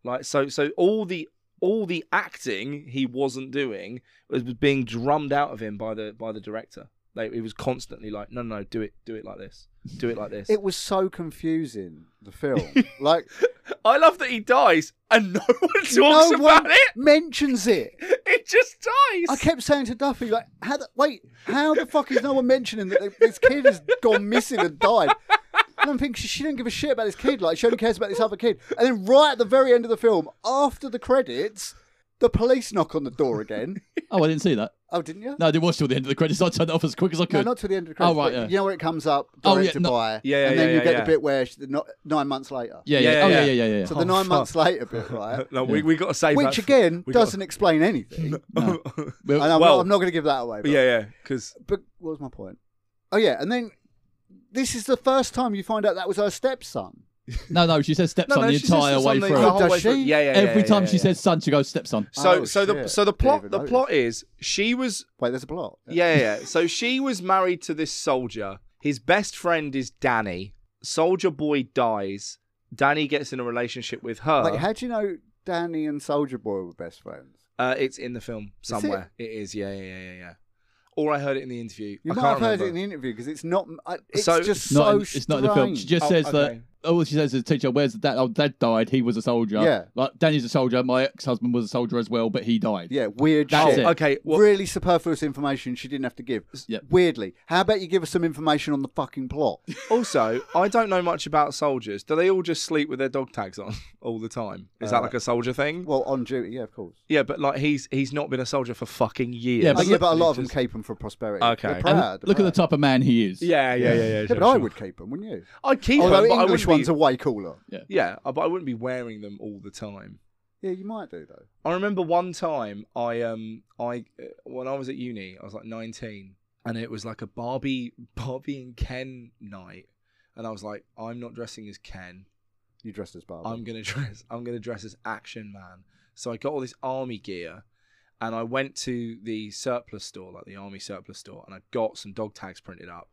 [SPEAKER 5] Like so, so all the all the acting he wasn't doing was was being drummed out of him by the by the director. Like, it was constantly like, no, no, no, do it, do it like this, do it like this.
[SPEAKER 4] It was so confusing, the film. Like,
[SPEAKER 5] I love that he dies and no one talks
[SPEAKER 4] no
[SPEAKER 5] about
[SPEAKER 4] one
[SPEAKER 5] it.
[SPEAKER 4] mentions it.
[SPEAKER 5] It just dies.
[SPEAKER 4] I kept saying to Duffy, like, how the, wait, how the fuck is no one mentioning that this kid has gone missing and died? And I'm thinking, she, she didn't give a shit about this kid. Like, she only cares about this other kid. And then right at the very end of the film, after the credits, the police knock on the door again.
[SPEAKER 6] Oh, I didn't see that.
[SPEAKER 4] Oh, didn't you?
[SPEAKER 6] No, I didn't watch till the end of the credits. I turned it off as quick as I
[SPEAKER 4] No,
[SPEAKER 6] could.
[SPEAKER 4] not to the end of the credits.
[SPEAKER 6] Oh,
[SPEAKER 4] but
[SPEAKER 6] right, yeah.
[SPEAKER 4] You know where it comes up,
[SPEAKER 6] Oh, yeah,
[SPEAKER 4] directed
[SPEAKER 6] no-
[SPEAKER 4] by.
[SPEAKER 5] Yeah, yeah,
[SPEAKER 4] And then
[SPEAKER 5] yeah,
[SPEAKER 4] you
[SPEAKER 5] yeah,
[SPEAKER 4] get
[SPEAKER 5] yeah.
[SPEAKER 4] the bit where she, no, nine months later.
[SPEAKER 6] yeah, yeah,
[SPEAKER 5] Yeah,
[SPEAKER 6] oh,
[SPEAKER 5] yeah,
[SPEAKER 6] yeah, yeah, yeah, yeah.
[SPEAKER 4] So the nine months later bit, right?
[SPEAKER 5] Uh, no, we we got to save
[SPEAKER 4] Which again doesn't explain anything.
[SPEAKER 6] No.
[SPEAKER 4] And I'm,
[SPEAKER 5] Well-
[SPEAKER 4] not, I'm not going to give that away. But,
[SPEAKER 5] yeah, yeah, because
[SPEAKER 4] But what was my point? Oh yeah, and then this is the first time you find out that was her stepson.
[SPEAKER 6] no, no, she says stepson the entire way through.
[SPEAKER 4] whole- does she?
[SPEAKER 5] Yeah, yeah. yeah,
[SPEAKER 6] Every
[SPEAKER 5] yeah,
[SPEAKER 6] time
[SPEAKER 5] yeah,
[SPEAKER 6] she
[SPEAKER 5] yeah.
[SPEAKER 6] says son, she goes stepson.
[SPEAKER 5] So,
[SPEAKER 4] Oh,
[SPEAKER 5] so the
[SPEAKER 4] shit.
[SPEAKER 5] so the
[SPEAKER 4] Didn't
[SPEAKER 5] plot
[SPEAKER 4] even
[SPEAKER 5] the
[SPEAKER 4] notice.
[SPEAKER 5] plot is she was
[SPEAKER 4] Wait, there's a plot.
[SPEAKER 5] yeah, yeah yeah. So she was married to this soldier. His best friend is Danny. Soldier boy dies. Danny gets in a relationship with her.
[SPEAKER 4] Like, how do you know Danny and Soldier Boy were best friends?
[SPEAKER 5] Uh, it's in the film
[SPEAKER 4] Is it?
[SPEAKER 5] somewhere. it is. Yeah, yeah, yeah, yeah, yeah. Or I heard it in the interview.
[SPEAKER 4] You
[SPEAKER 5] I
[SPEAKER 4] might
[SPEAKER 5] can't
[SPEAKER 4] have heard
[SPEAKER 5] remember.
[SPEAKER 4] it in the interview because it's not. I- It's
[SPEAKER 5] So-
[SPEAKER 4] just
[SPEAKER 6] not
[SPEAKER 4] so
[SPEAKER 6] in, it's not in the film.
[SPEAKER 4] strange.
[SPEAKER 6] She just
[SPEAKER 5] Oh,
[SPEAKER 6] says
[SPEAKER 5] okay.
[SPEAKER 6] that. All she says is, "Teacher, where's the dad? Oh, dad died. He was a soldier.
[SPEAKER 4] Yeah.
[SPEAKER 6] like Danny's a soldier. My ex-husband was a soldier as well, but he died.
[SPEAKER 4] yeah, weird
[SPEAKER 6] That's
[SPEAKER 4] shit.
[SPEAKER 6] it.
[SPEAKER 5] Okay, well,
[SPEAKER 4] really superfluous information she didn't have to give.
[SPEAKER 6] Yep.
[SPEAKER 4] Weirdly, how about you give us some information on the fucking plot?
[SPEAKER 5] also, I don't know much about soldiers. Do they all just sleep with their dog tags on all the time? Is that like a soldier thing?
[SPEAKER 4] Uh, well, on duty, yeah, of course.
[SPEAKER 5] yeah, but like he's he's not been a soldier for fucking years.
[SPEAKER 6] Yeah,
[SPEAKER 4] Oh,
[SPEAKER 6] but
[SPEAKER 4] yeah,
[SPEAKER 6] look-
[SPEAKER 4] but a lot of them keep them for prosperity.
[SPEAKER 5] Okay.
[SPEAKER 4] They're
[SPEAKER 5] And
[SPEAKER 6] And
[SPEAKER 4] proud,
[SPEAKER 6] look at the
[SPEAKER 4] top.
[SPEAKER 6] type of man he is.
[SPEAKER 5] Yeah, yeah, yeah, yeah.
[SPEAKER 4] Yeah,
[SPEAKER 5] sure,
[SPEAKER 4] but I
[SPEAKER 5] sure.
[SPEAKER 4] would keep them, wouldn't you?
[SPEAKER 5] I'd keep
[SPEAKER 4] Although
[SPEAKER 5] them, but I
[SPEAKER 4] English
[SPEAKER 5] wouldn't
[SPEAKER 4] ones
[SPEAKER 5] be,
[SPEAKER 4] are way cooler.
[SPEAKER 5] Yeah, uh, but I wouldn't be wearing them all the time.
[SPEAKER 4] Yeah, you might do though.
[SPEAKER 5] I remember one time I um I uh, when I was at uni, I was like 19 and it was like a Barbie Barbie and Ken night and I was like I'm not dressing as Ken.
[SPEAKER 4] You dressed as Barbie.
[SPEAKER 5] I'm gonna dress. I'm gonna dress as Action Man. So I got all this army gear, and I went to the surplus store, like the army surplus store, and I got some dog tags printed up.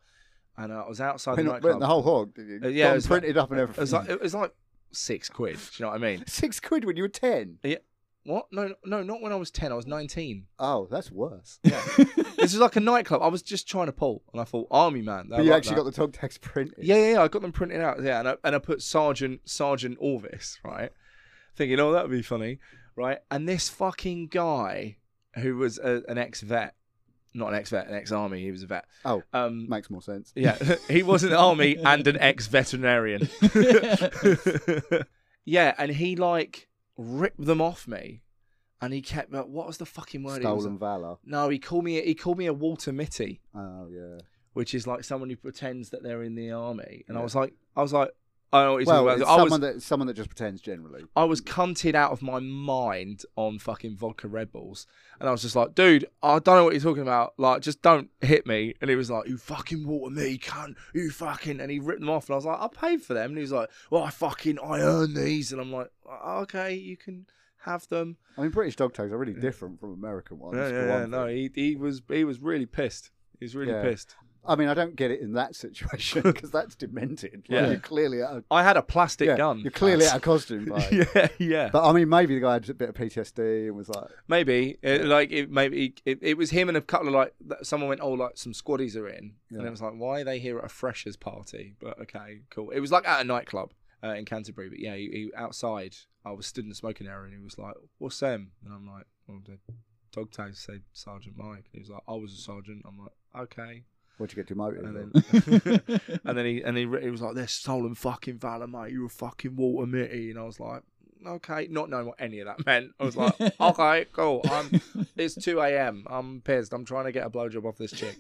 [SPEAKER 5] And I was outside
[SPEAKER 4] Went-
[SPEAKER 5] the
[SPEAKER 4] went
[SPEAKER 5] nightclub.
[SPEAKER 4] the whole hog, did you?
[SPEAKER 5] Uh, yeah,
[SPEAKER 4] Got
[SPEAKER 5] it
[SPEAKER 4] 'em
[SPEAKER 5] was like-
[SPEAKER 4] printed up and
[SPEAKER 5] it
[SPEAKER 4] everything.
[SPEAKER 5] was like it was like six quid. Do you know what I mean?
[SPEAKER 4] Six quid when you were ten.
[SPEAKER 5] Yeah. What? No, no, not when I was ten. I was nineteen.
[SPEAKER 4] Oh, that's worse.
[SPEAKER 5] This was like a nightclub. I was just trying to pull, and I thought Army Man.
[SPEAKER 4] but you actually got the dog tags printed.
[SPEAKER 5] Yeah, yeah, yeah. I got them printed out. Yeah, and I, and I put Sergeant Sergeant Orvis right, thinking, oh, that would be funny, right? And this fucking guy who was a, an ex vet, not an ex vet, an ex army. He was a vet.
[SPEAKER 4] Oh,
[SPEAKER 5] Um,
[SPEAKER 4] makes more sense.
[SPEAKER 5] yeah, he was an army and an ex veterinarian. yeah, and he like ripped them off me, and he kept. What was the fucking word? he was-
[SPEAKER 4] Stolen valor.
[SPEAKER 5] no, he called me. He called me a Walter Mitty
[SPEAKER 4] Oh yeah.
[SPEAKER 5] which is like someone who pretends that they're in the army. And I was like, I was like, I don't know what he's
[SPEAKER 4] Well,
[SPEAKER 5] talking
[SPEAKER 4] it's
[SPEAKER 5] about. I was,
[SPEAKER 4] someone that someone that just pretends generally.
[SPEAKER 5] I was cunted out of my mind on fucking vodka Red Bulls, and I was just like, dude, I don't know what you're talking about. Like, just don't hit me. And he was like, you fucking water me, cunt. You fucking. And he ripped them off, and I was like, I paid for them. And he was like, well, I fucking, I earned these. And I'm like, "Oh, okay, you can have them.
[SPEAKER 4] I mean, British dog tags are really different from American ones.
[SPEAKER 5] Yeah,
[SPEAKER 4] for
[SPEAKER 5] yeah,
[SPEAKER 4] one
[SPEAKER 5] yeah. No,
[SPEAKER 4] thing.
[SPEAKER 5] he he was he was really pissed. He was really
[SPEAKER 4] Yeah.
[SPEAKER 5] pissed.
[SPEAKER 4] I mean, I don't get it in that situation because that's demented. Like,
[SPEAKER 5] Yeah.
[SPEAKER 4] you're clearly out of,
[SPEAKER 5] I had a plastic
[SPEAKER 4] yeah,
[SPEAKER 5] gun.
[SPEAKER 4] You're clearly out of costume. Right?
[SPEAKER 5] yeah, yeah.
[SPEAKER 4] But I mean, maybe the guy had a bit of PTSD and was like,
[SPEAKER 5] Maybe it, like it, maybe it, it was him and a couple of like th- someone went oh like some squaddies are in and
[SPEAKER 4] Yeah.
[SPEAKER 5] it was like why are they here at a freshers party but okay cool it was like at a nightclub uh, in Canterbury but yeah he, he, outside I was stood in the smoking area and he was like what's them and I'm like well the dog tags said Sergeant Mike and he was like I was a sergeant I'm like okay
[SPEAKER 4] "What'd you get demoted?" for?"
[SPEAKER 5] and then and then he and he, re- he was like they're stolen fucking valor mate you're a fucking Walter Mitty and I was like okay, not knowing what any of that meant. I was like, okay, cool. I'm, it's 2 a.m. I'm pissed. I'm trying to get a blowjob off this chick.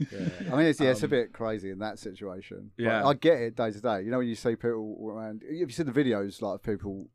[SPEAKER 4] I mean, it's, yeah, it's a bit crazy in that situation. But
[SPEAKER 5] Um, yeah.
[SPEAKER 4] I get it day to day. You know, when you see people around, have you seen the videos like of people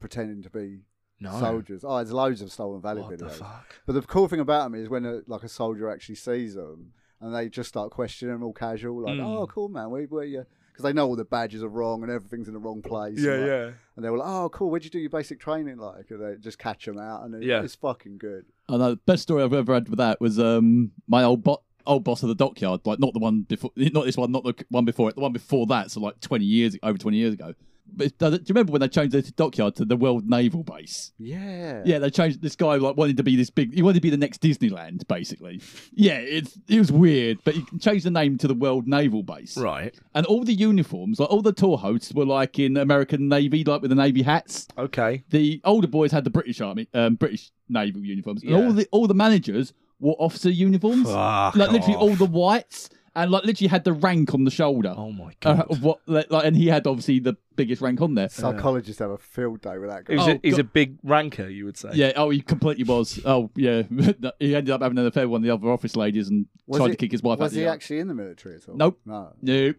[SPEAKER 4] pretending to be
[SPEAKER 5] No.
[SPEAKER 4] soldiers? Oh, there's loads of stolen valid
[SPEAKER 5] what the
[SPEAKER 4] videos.
[SPEAKER 5] fuck?
[SPEAKER 4] But the cool thing about them is when a, like a soldier actually sees them and they just start questioning them all casual, like,
[SPEAKER 5] Mm.
[SPEAKER 4] "Oh, cool man, where where you?" Because they know all the badges are wrong and everything's in the wrong place. and, like- And they were like, "Oh, cool, where'd you do your basic training?" Like, and they just catch them out, and it-
[SPEAKER 5] Yeah.
[SPEAKER 4] it's fucking good.
[SPEAKER 6] I know the uh, best story I've ever had with that was um my old bo- old boss at the dockyard, like not the one before, not this one, not the c- one before it, the one before that, so like twenty years over twenty years ago. But it- do you remember when they changed the dockyard to the World Naval Base?
[SPEAKER 4] Yeah.
[SPEAKER 6] Yeah, they changed this guy like wanted to be this big. He wanted to be the next Disneyland, basically. Yeah, it's it was weird, but he changed the name to the World Naval Base.
[SPEAKER 5] Right.
[SPEAKER 6] And all the uniforms, like all the tour hosts, were like in American Navy, like with the Navy hats
[SPEAKER 5] Okay.
[SPEAKER 6] the older boys had the British army, um, British naval uniforms,
[SPEAKER 5] Yeah.
[SPEAKER 6] and all the all the managers wore officer uniforms,
[SPEAKER 5] Fuck
[SPEAKER 6] like literally
[SPEAKER 5] off.
[SPEAKER 6] all the whites, and like literally had the rank on the shoulder.
[SPEAKER 5] Oh my
[SPEAKER 6] Uh,
[SPEAKER 5] god.
[SPEAKER 6] of what like, like, and he had obviously the biggest rank on there.
[SPEAKER 4] Psychologists have a field day with that guy.
[SPEAKER 5] He's,
[SPEAKER 6] Oh,
[SPEAKER 5] a, he's
[SPEAKER 6] God.
[SPEAKER 5] a big ranker, you would say.
[SPEAKER 6] Yeah, oh, he completely was. Oh, yeah, he ended up having an affair with one of the other office ladies and
[SPEAKER 4] Was
[SPEAKER 6] tried
[SPEAKER 4] he-
[SPEAKER 6] to kick his wife out.
[SPEAKER 4] Was
[SPEAKER 6] the
[SPEAKER 4] he
[SPEAKER 6] yard.
[SPEAKER 4] actually in the military at all?
[SPEAKER 6] Nope.
[SPEAKER 4] No.
[SPEAKER 6] No,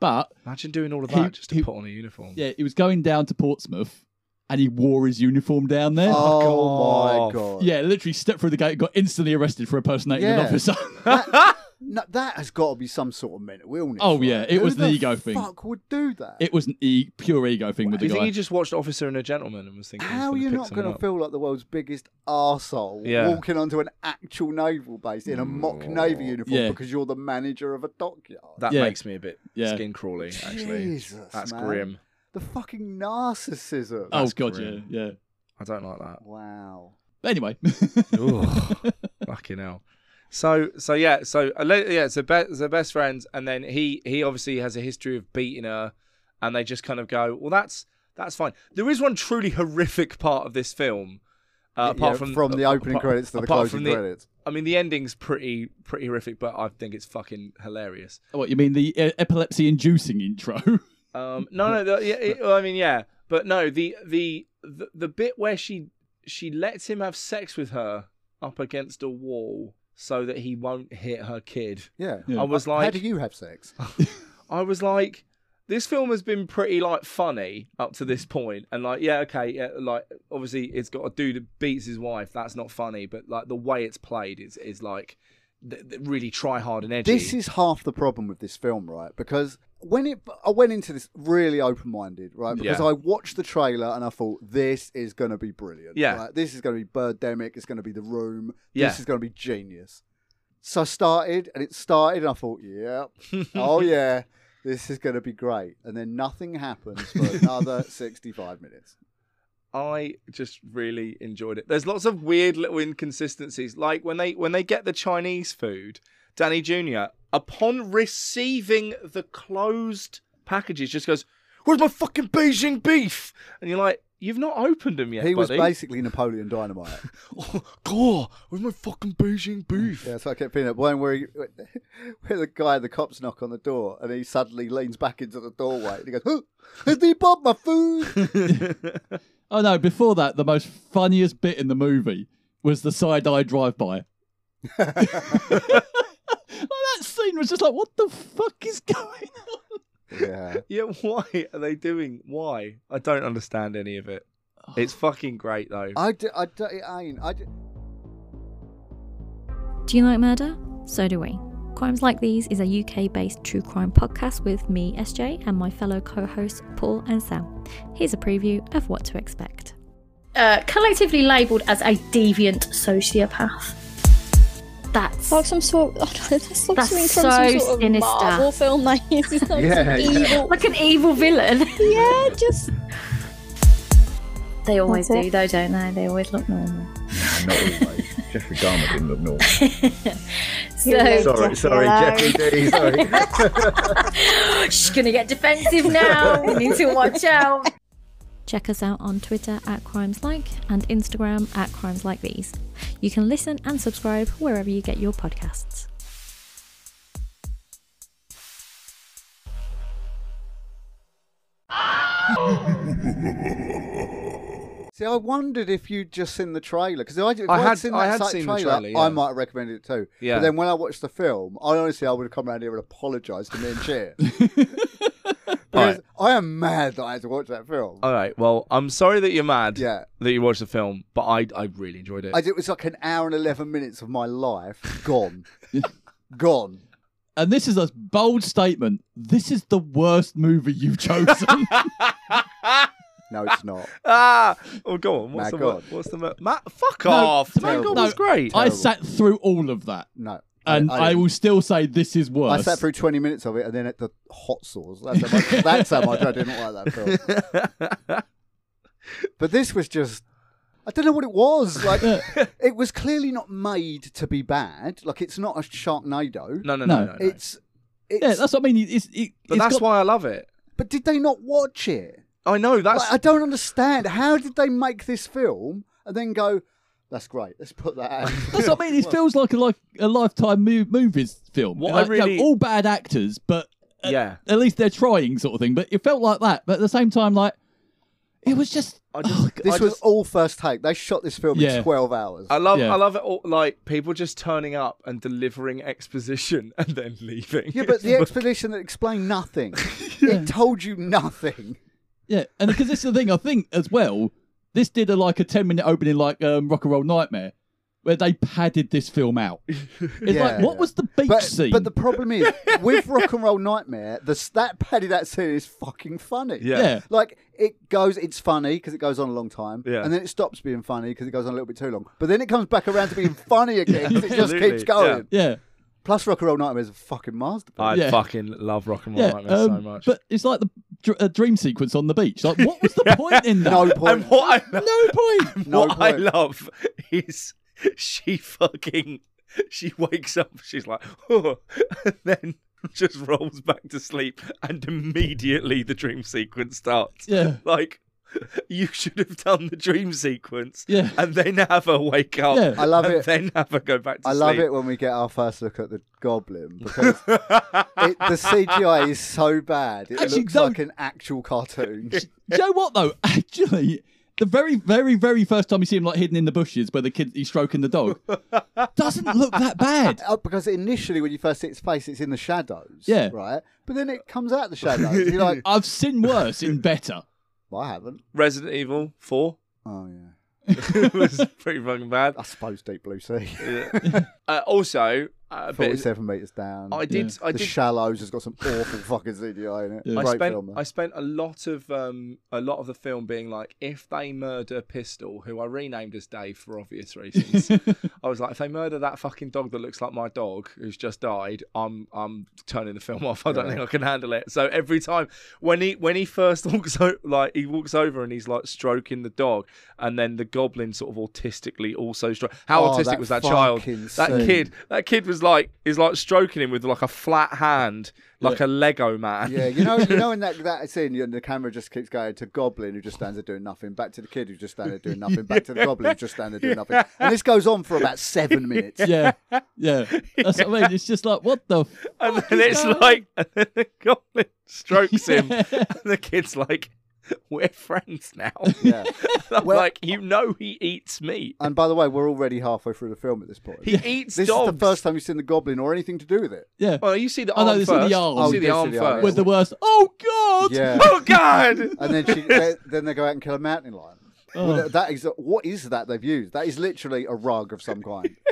[SPEAKER 6] but
[SPEAKER 5] Imagine doing all of
[SPEAKER 6] He-
[SPEAKER 5] that just to
[SPEAKER 6] he-
[SPEAKER 5] put on a uniform.
[SPEAKER 6] yeah, he was going down to Portsmouth, and he wore his uniform down there.
[SPEAKER 4] Oh
[SPEAKER 5] off.
[SPEAKER 4] my god.
[SPEAKER 6] Yeah, literally stepped through the gate, and got instantly arrested for impersonating an
[SPEAKER 4] Yeah.
[SPEAKER 6] officer.
[SPEAKER 4] No, that has got to be some sort of mental illness.
[SPEAKER 6] Oh,
[SPEAKER 4] right?
[SPEAKER 6] yeah, it
[SPEAKER 4] Who
[SPEAKER 6] was the ego
[SPEAKER 4] fuck
[SPEAKER 6] thing.
[SPEAKER 4] Fuck would do that.
[SPEAKER 6] It was an e- pure ego thing with
[SPEAKER 5] Do
[SPEAKER 6] the
[SPEAKER 5] you think
[SPEAKER 6] guy.
[SPEAKER 5] he just watched Officer and a Gentleman and was thinking,
[SPEAKER 4] How are
[SPEAKER 5] he's
[SPEAKER 4] you
[SPEAKER 5] pick
[SPEAKER 4] not
[SPEAKER 5] someone
[SPEAKER 4] going to
[SPEAKER 5] up?
[SPEAKER 4] feel like the world's biggest arsehole
[SPEAKER 5] Yeah. Mm.
[SPEAKER 4] walking onto an actual naval base in a mock navy uniform
[SPEAKER 6] Yeah.
[SPEAKER 4] because you're the manager of a dockyard?
[SPEAKER 5] That
[SPEAKER 6] Yeah.
[SPEAKER 5] makes me a bit
[SPEAKER 6] Yeah.
[SPEAKER 5] skin crawly, actually.
[SPEAKER 4] Jesus,
[SPEAKER 5] That's
[SPEAKER 4] man.
[SPEAKER 5] grim.
[SPEAKER 4] The fucking narcissism.
[SPEAKER 6] oh
[SPEAKER 5] That's
[SPEAKER 6] god,
[SPEAKER 5] grim.
[SPEAKER 6] yeah, yeah.
[SPEAKER 5] I don't like that.
[SPEAKER 4] Wow.
[SPEAKER 6] But anyway,
[SPEAKER 5] Ugh. fucking hell. So so yeah so uh, le- yeah so be- so best friends and then he he obviously has a history of beating her and they just kind of go well that's that's fine there is one truly horrific part of this film uh, apart
[SPEAKER 4] Yeah,
[SPEAKER 5] from
[SPEAKER 4] the
[SPEAKER 5] uh,
[SPEAKER 4] opening
[SPEAKER 5] apart-
[SPEAKER 4] credits to the
[SPEAKER 5] apart
[SPEAKER 4] closing
[SPEAKER 5] from the-
[SPEAKER 4] credits.
[SPEAKER 5] I mean the ending's pretty pretty horrific but I think it's fucking hilarious
[SPEAKER 6] what you mean the uh, epilepsy-inducing intro?
[SPEAKER 5] Um, no, no, the, yeah, it, well, I mean, yeah, but no, the, the the the bit where she she lets him have sex with her up against a wall so that he won't hit her kid.
[SPEAKER 4] Yeah.
[SPEAKER 6] Yeah.
[SPEAKER 5] I was
[SPEAKER 4] How
[SPEAKER 5] like,
[SPEAKER 4] do you have sex?
[SPEAKER 5] I was like, this film has been pretty like funny up to this point, and like, yeah, okay, yeah, like obviously it's got a dude that beats his wife. That's not funny, but like the way it's played is is like th- th- really try hard and edgy.
[SPEAKER 4] This is half the problem with this film, right? Because when it, I went into this really open-minded, right? Because
[SPEAKER 5] Yeah.
[SPEAKER 4] I watched the trailer and I thought this is going to be brilliant.
[SPEAKER 5] Yeah.
[SPEAKER 4] right? this is going to be Birdemic. It's going to be The Room.
[SPEAKER 5] Yeah.
[SPEAKER 4] This is going to be genius. So I started, and it started, and I thought, yeah, oh yeah, this is going to be great. And then nothing happens for another sixty-five minutes.
[SPEAKER 5] I just really enjoyed it. There's lots of weird little inconsistencies, like when they when they get the Chinese food, Danny Jr. upon receiving the closed packages just goes, "Where's my fucking Beijing beef?" And you're like, "You've not opened them yet,
[SPEAKER 4] he was
[SPEAKER 5] buddy."
[SPEAKER 4] basically Napoleon Dynamite.
[SPEAKER 5] oh, God, where's my fucking Beijing beef?
[SPEAKER 4] Yeah, so I kept feeling it. One where, he, where the guy, the cops knock on the door, and he suddenly leans back into the doorway and he goes, "Who? Has he bought my food?"
[SPEAKER 6] oh no! Before that, the most funniest bit in the movie was the side-eye drive-by. Like, that scene was just like, what the fuck is going on?
[SPEAKER 4] yeah.
[SPEAKER 5] Yeah, why are they doing? Why? I don't understand any of it. It's fucking great though.
[SPEAKER 4] I, d- I, d- it ain't. I d-
[SPEAKER 7] Do you like murder? So do we. Crimes Like These is a UK based true crime podcast with me, SJ, and my fellow co hosts, Paul and Sam. Here's a preview of what to expect.
[SPEAKER 1] Uh, collectively labelled as a deviant sociopath. That's
[SPEAKER 8] Like some sort. I don't know, that's like
[SPEAKER 1] That's
[SPEAKER 8] something
[SPEAKER 1] so
[SPEAKER 8] from some sort
[SPEAKER 1] sinister.
[SPEAKER 8] of Marvel film. Like it's like some
[SPEAKER 4] Yeah, yeah.
[SPEAKER 8] evil.
[SPEAKER 1] like an evil villain.
[SPEAKER 8] Yeah, just
[SPEAKER 7] They always
[SPEAKER 8] That's
[SPEAKER 7] do, though, don't they? They always look normal.
[SPEAKER 9] Not always. Jeffrey Dahmer didn't look normal.
[SPEAKER 1] So
[SPEAKER 9] Sorry, sorry, Jeffrey D. Sorry.
[SPEAKER 1] she's gonna get defensive now. we need to watch out.
[SPEAKER 7] Check us out on Twitter at Crimes Like and Instagram at Crimes Like These. You can listen and subscribe wherever you get your podcasts.
[SPEAKER 4] See, I wondered if you'd just seen the trailer because I, if
[SPEAKER 5] I
[SPEAKER 4] I'd
[SPEAKER 5] had-
[SPEAKER 4] seen that
[SPEAKER 5] I had
[SPEAKER 4] slight
[SPEAKER 5] seen the
[SPEAKER 4] trailer,
[SPEAKER 5] trailer, yeah.
[SPEAKER 4] I might have recommended it too.
[SPEAKER 5] Yeah.
[SPEAKER 4] But then when I watched the film, I honestly I would have come around here and apologised to me and cheer because I am mad that I had to watch that film.
[SPEAKER 5] All right. Well, I'm sorry that you're mad
[SPEAKER 4] yeah,
[SPEAKER 5] that you watched the film, but I I really enjoyed it.
[SPEAKER 4] I, it was like an hour and eleven minutes of my life gone, gone.
[SPEAKER 6] And this is a bold statement. This is the worst movie you've chosen.
[SPEAKER 4] No, it's not.
[SPEAKER 5] ah, oh, go on. What's
[SPEAKER 4] My
[SPEAKER 5] the word?
[SPEAKER 4] God.
[SPEAKER 5] What's the word? Matt? Fuck
[SPEAKER 6] No,
[SPEAKER 5] off.
[SPEAKER 4] terrible.
[SPEAKER 5] Mangold was
[SPEAKER 6] No,
[SPEAKER 5] great.
[SPEAKER 6] I
[SPEAKER 4] Terrible.
[SPEAKER 6] sat through all of that,
[SPEAKER 4] No,
[SPEAKER 6] and I, will still say this is worse.
[SPEAKER 4] I sat through twenty minutes of it, and then at the hot sauce. That's how much, that's how much I didn't like that film. But this was just. I don't know what it was. Like, it was clearly not made to be bad. Like, it's not a Sharknado.
[SPEAKER 5] no, no, no,
[SPEAKER 6] No.
[SPEAKER 5] no. no.
[SPEAKER 4] It's. it's
[SPEAKER 6] Yeah, that's what I mean. It's, it,
[SPEAKER 5] but
[SPEAKER 6] it's
[SPEAKER 5] that's
[SPEAKER 6] got-
[SPEAKER 5] why I love it.
[SPEAKER 4] But did they not watch it?
[SPEAKER 5] I know that's
[SPEAKER 4] Like, I don't understand. How did they make this film and then go, that's great, let's put that out?
[SPEAKER 6] That's what I mean. It feels like a like a lifetime mo- movies film.
[SPEAKER 5] What I
[SPEAKER 6] Like, you know,
[SPEAKER 5] really-
[SPEAKER 6] all bad actors, but uh,
[SPEAKER 5] yeah.
[SPEAKER 6] at least they're trying, sort of thing. But it felt like that. But at the same time, like it was just.
[SPEAKER 5] I just,
[SPEAKER 4] This
[SPEAKER 5] I
[SPEAKER 4] was
[SPEAKER 5] just-
[SPEAKER 4] all first take. They shot this film
[SPEAKER 6] Yeah.
[SPEAKER 4] in 12 hours.
[SPEAKER 5] I love,
[SPEAKER 6] Yeah.
[SPEAKER 5] I love it. All, like people just turning up and delivering exposition and then leaving.
[SPEAKER 4] yeah, but the expedition that explained nothing. It told you nothing.
[SPEAKER 6] Yeah, and because this is the thing, I think as well, this did a like a ten minute opening, like um, Rock and Roll Nightmare, where they padded this film out. It's
[SPEAKER 4] Yeah.
[SPEAKER 6] like, what was the beach
[SPEAKER 4] But,
[SPEAKER 6] scene?
[SPEAKER 4] but the problem is, with Rock and Roll Nightmare, the, that Paddy That scene is fucking funny.
[SPEAKER 5] Yeah.
[SPEAKER 6] yeah,
[SPEAKER 4] Like it goes, it's funny because it goes on a long time,
[SPEAKER 5] Yeah.
[SPEAKER 4] and then it stops being funny because it goes on a little bit too long. But then it comes back around to being funny again 'cause it just
[SPEAKER 5] Absolutely,
[SPEAKER 4] keeps going.
[SPEAKER 5] yeah.
[SPEAKER 6] yeah,
[SPEAKER 4] Plus, Rock and Roll Nightmare is a fucking masterpiece.
[SPEAKER 5] I
[SPEAKER 6] Yeah.
[SPEAKER 5] fucking love Rock and Roll
[SPEAKER 6] yeah.
[SPEAKER 5] Nightmare so
[SPEAKER 6] um,
[SPEAKER 5] much.
[SPEAKER 6] But it's like the dr- uh, dream sequence on the beach. Like, what was the point in that?
[SPEAKER 4] no point.
[SPEAKER 5] and what I love,
[SPEAKER 6] no point.
[SPEAKER 4] no
[SPEAKER 5] what I
[SPEAKER 4] point.
[SPEAKER 5] love is she fucking she wakes up. She's like, oh, and then just rolls back to sleep, and immediately the dream sequence starts.
[SPEAKER 6] Yeah.
[SPEAKER 5] like you should have done the dream sequence.
[SPEAKER 6] Yeah.
[SPEAKER 5] and then have her wake up.
[SPEAKER 6] Yeah.
[SPEAKER 4] I love
[SPEAKER 5] and
[SPEAKER 4] it.
[SPEAKER 5] Then have her go back to
[SPEAKER 4] I
[SPEAKER 5] sleep.
[SPEAKER 4] love it when we get our first look at the Goblin because it, the CGI is so bad. It
[SPEAKER 6] Actually,
[SPEAKER 4] looks
[SPEAKER 6] no.
[SPEAKER 4] like an actual cartoon.
[SPEAKER 6] Do you know what though? Actually, the very, very, very first time you see him like hidden in the bushes where the kid he's stroking the dog doesn't look that bad.
[SPEAKER 4] Oh, because initially, when you first see its face, it's in the shadows.
[SPEAKER 6] Yeah.
[SPEAKER 4] Right? But then it comes out of the shadows. You're like,
[SPEAKER 6] I've seen worse in better.
[SPEAKER 4] well, I haven't.
[SPEAKER 5] Resident Evil Four
[SPEAKER 4] Oh, yeah.
[SPEAKER 5] was pretty fucking bad.
[SPEAKER 4] I suppose Deep Blue Sea.
[SPEAKER 5] Uh, also, uh, a bit,
[SPEAKER 4] 47 metres down.
[SPEAKER 5] I did. I
[SPEAKER 4] the
[SPEAKER 5] did.
[SPEAKER 4] Shallows has got some awful fucking CGI in it.
[SPEAKER 6] Yeah.
[SPEAKER 5] I
[SPEAKER 4] Great
[SPEAKER 5] spent.
[SPEAKER 4] film. though.
[SPEAKER 5] I spent a lot of um, a lot of the film being like, if they murder Pistol, who I renamed as Dave for obvious reasons, I was like, if they murder that fucking dog that looks like my dog who's just died, I'm I'm turning the film off. I don't think I can handle it. So every time when he when he first walks o- like he walks over and he's like stroking the dog, and then the goblin sort of autistically also stro- how
[SPEAKER 4] Oh,
[SPEAKER 5] autistic
[SPEAKER 4] that
[SPEAKER 5] was that child?
[SPEAKER 4] fucking
[SPEAKER 5] That
[SPEAKER 4] scene.
[SPEAKER 5] kid, that kid was like is like stroking him with like a flat hand, like a Lego man.
[SPEAKER 4] yeah, you know, you know, in that that scene, you the camera just keeps going to Goblin who just stands there doing nothing, back to the kid who just stands there doing nothing, back to the Goblin who just stands there doing nothing, and this goes on for about seven minutes.
[SPEAKER 6] yeah, yeah. That's what I mean. It's just like, what the?
[SPEAKER 5] And
[SPEAKER 6] fuck
[SPEAKER 5] then
[SPEAKER 6] is
[SPEAKER 5] it's
[SPEAKER 6] going
[SPEAKER 5] like, and then the goblin strokes him,
[SPEAKER 6] Yeah.
[SPEAKER 5] and the kid's like, "We're friends now."
[SPEAKER 4] Yeah.
[SPEAKER 5] I'm
[SPEAKER 4] Well-
[SPEAKER 5] like, you know, he eats meat.
[SPEAKER 4] And by the way, we're already halfway through the film at this point.
[SPEAKER 5] He eats
[SPEAKER 4] this
[SPEAKER 5] dogs.
[SPEAKER 4] is the first time you've seen the Goblin or anything to do with it.
[SPEAKER 6] Yeah.
[SPEAKER 5] Well, you see the
[SPEAKER 6] Oh,
[SPEAKER 5] arm
[SPEAKER 6] no, this is the
[SPEAKER 5] first.
[SPEAKER 6] arm.
[SPEAKER 5] You
[SPEAKER 6] Oh,
[SPEAKER 5] see the
[SPEAKER 4] this is
[SPEAKER 5] arm
[SPEAKER 4] the arm,
[SPEAKER 5] first.
[SPEAKER 6] With the worst. Oh God.
[SPEAKER 4] Yeah.
[SPEAKER 5] Oh God!
[SPEAKER 4] And then she, they, then they go out and kill a mountain lion.
[SPEAKER 6] Oh.
[SPEAKER 4] Well, that is what is that they've used? That is literally a rug of some kind.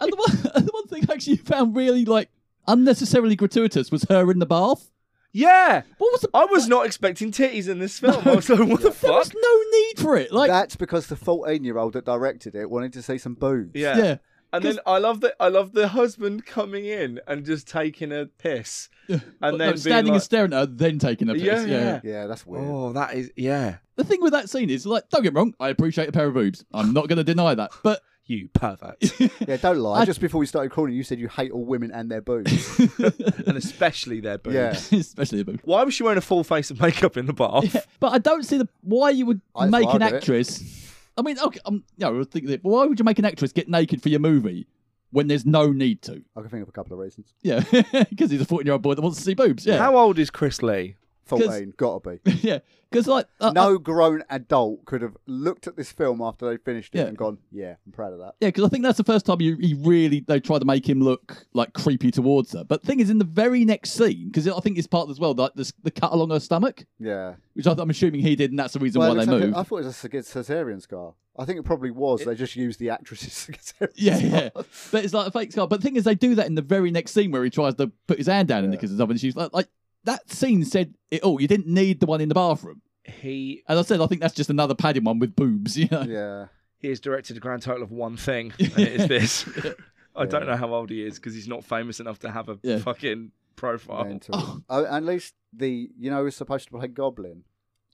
[SPEAKER 6] And the one, and the one thing I actually found really like unnecessarily gratuitous was her in the bath.
[SPEAKER 5] yeah,
[SPEAKER 6] What was the?
[SPEAKER 5] I was not expecting titties in this film. I was like, what the
[SPEAKER 6] There
[SPEAKER 5] fuck?
[SPEAKER 6] was no need for it. Like,
[SPEAKER 4] That's because the 14 year old that directed it wanted to see some boobs.
[SPEAKER 5] Yeah.
[SPEAKER 6] yeah.
[SPEAKER 5] And then I love that. I love the husband coming in and just taking a piss,
[SPEAKER 6] But
[SPEAKER 5] and
[SPEAKER 6] no,
[SPEAKER 5] then being
[SPEAKER 6] standing and
[SPEAKER 5] like,
[SPEAKER 6] staring at her, then taking a piss.
[SPEAKER 5] Yeah,
[SPEAKER 6] Yeah,
[SPEAKER 5] yeah.
[SPEAKER 4] Yeah, that's weird.
[SPEAKER 5] "Oh, that is yeah."
[SPEAKER 6] The thing with that scene is like, don't get me wrong, I appreciate a pair of boobs. I'm not going to deny that. But
[SPEAKER 5] You pervert.
[SPEAKER 4] Yeah, don't lie.
[SPEAKER 6] I-
[SPEAKER 4] Just before we started calling, you said you hate all women and their boobs.
[SPEAKER 5] and especially their boobs.
[SPEAKER 4] yeah,
[SPEAKER 6] especially a boob.
[SPEAKER 5] Why was she wearing a full face of makeup in the bath?
[SPEAKER 6] But I don't see the why you would
[SPEAKER 4] I
[SPEAKER 6] make an
[SPEAKER 4] thought of it.
[SPEAKER 6] actress. I mean, okay, I'm, no, I was thinking that, why would you make an actress get naked for your movie when there's no need to?
[SPEAKER 4] I can think of a couple of reasons.
[SPEAKER 6] Yeah, because he's a 14 year old boy that wants to see boobs. Yeah.
[SPEAKER 5] How old is Chris Lee?
[SPEAKER 4] Fultain, gotta be.
[SPEAKER 6] yeah, because like uh, uh,
[SPEAKER 4] No grown adult could have looked at this film after they finished it
[SPEAKER 6] Yeah.
[SPEAKER 4] and gone, "Yeah, I'm proud of that."
[SPEAKER 6] yeah, because I think that's the first time you he really they try to make him look like creepy towards her. But the thing is, in the very next scene, because I think it's part as well like the, the cut along her stomach,
[SPEAKER 4] Yeah.
[SPEAKER 6] which I, I'm assuming he did, and that's the reason
[SPEAKER 4] Well, it
[SPEAKER 6] why
[SPEAKER 4] looks
[SPEAKER 6] they
[SPEAKER 4] like a-
[SPEAKER 6] moved.
[SPEAKER 4] I thought it was a ceg- cesarean scar. I think it probably was. they just used the actress's cesarean.
[SPEAKER 6] Yeah,
[SPEAKER 4] scar.
[SPEAKER 6] yeah. But it's like a fake scar. But the thing is, they do that in the very next scene where he tries to put his hand down in the
[SPEAKER 4] Yeah.
[SPEAKER 6] kisses up, and she's like, like that scene said it all. You didn't need the one in the bathroom.
[SPEAKER 5] He
[SPEAKER 6] And I said, I think that's just another padding one with boobs. You know?
[SPEAKER 4] Yeah.
[SPEAKER 5] he has directed a grand total of one thing, and it is this. I don't
[SPEAKER 4] Yeah.
[SPEAKER 5] know how old he is because he's not famous enough to have a
[SPEAKER 6] Yeah.
[SPEAKER 5] fucking profile.
[SPEAKER 4] Mental. Oh, at least the you know who was supposed to play Goblin.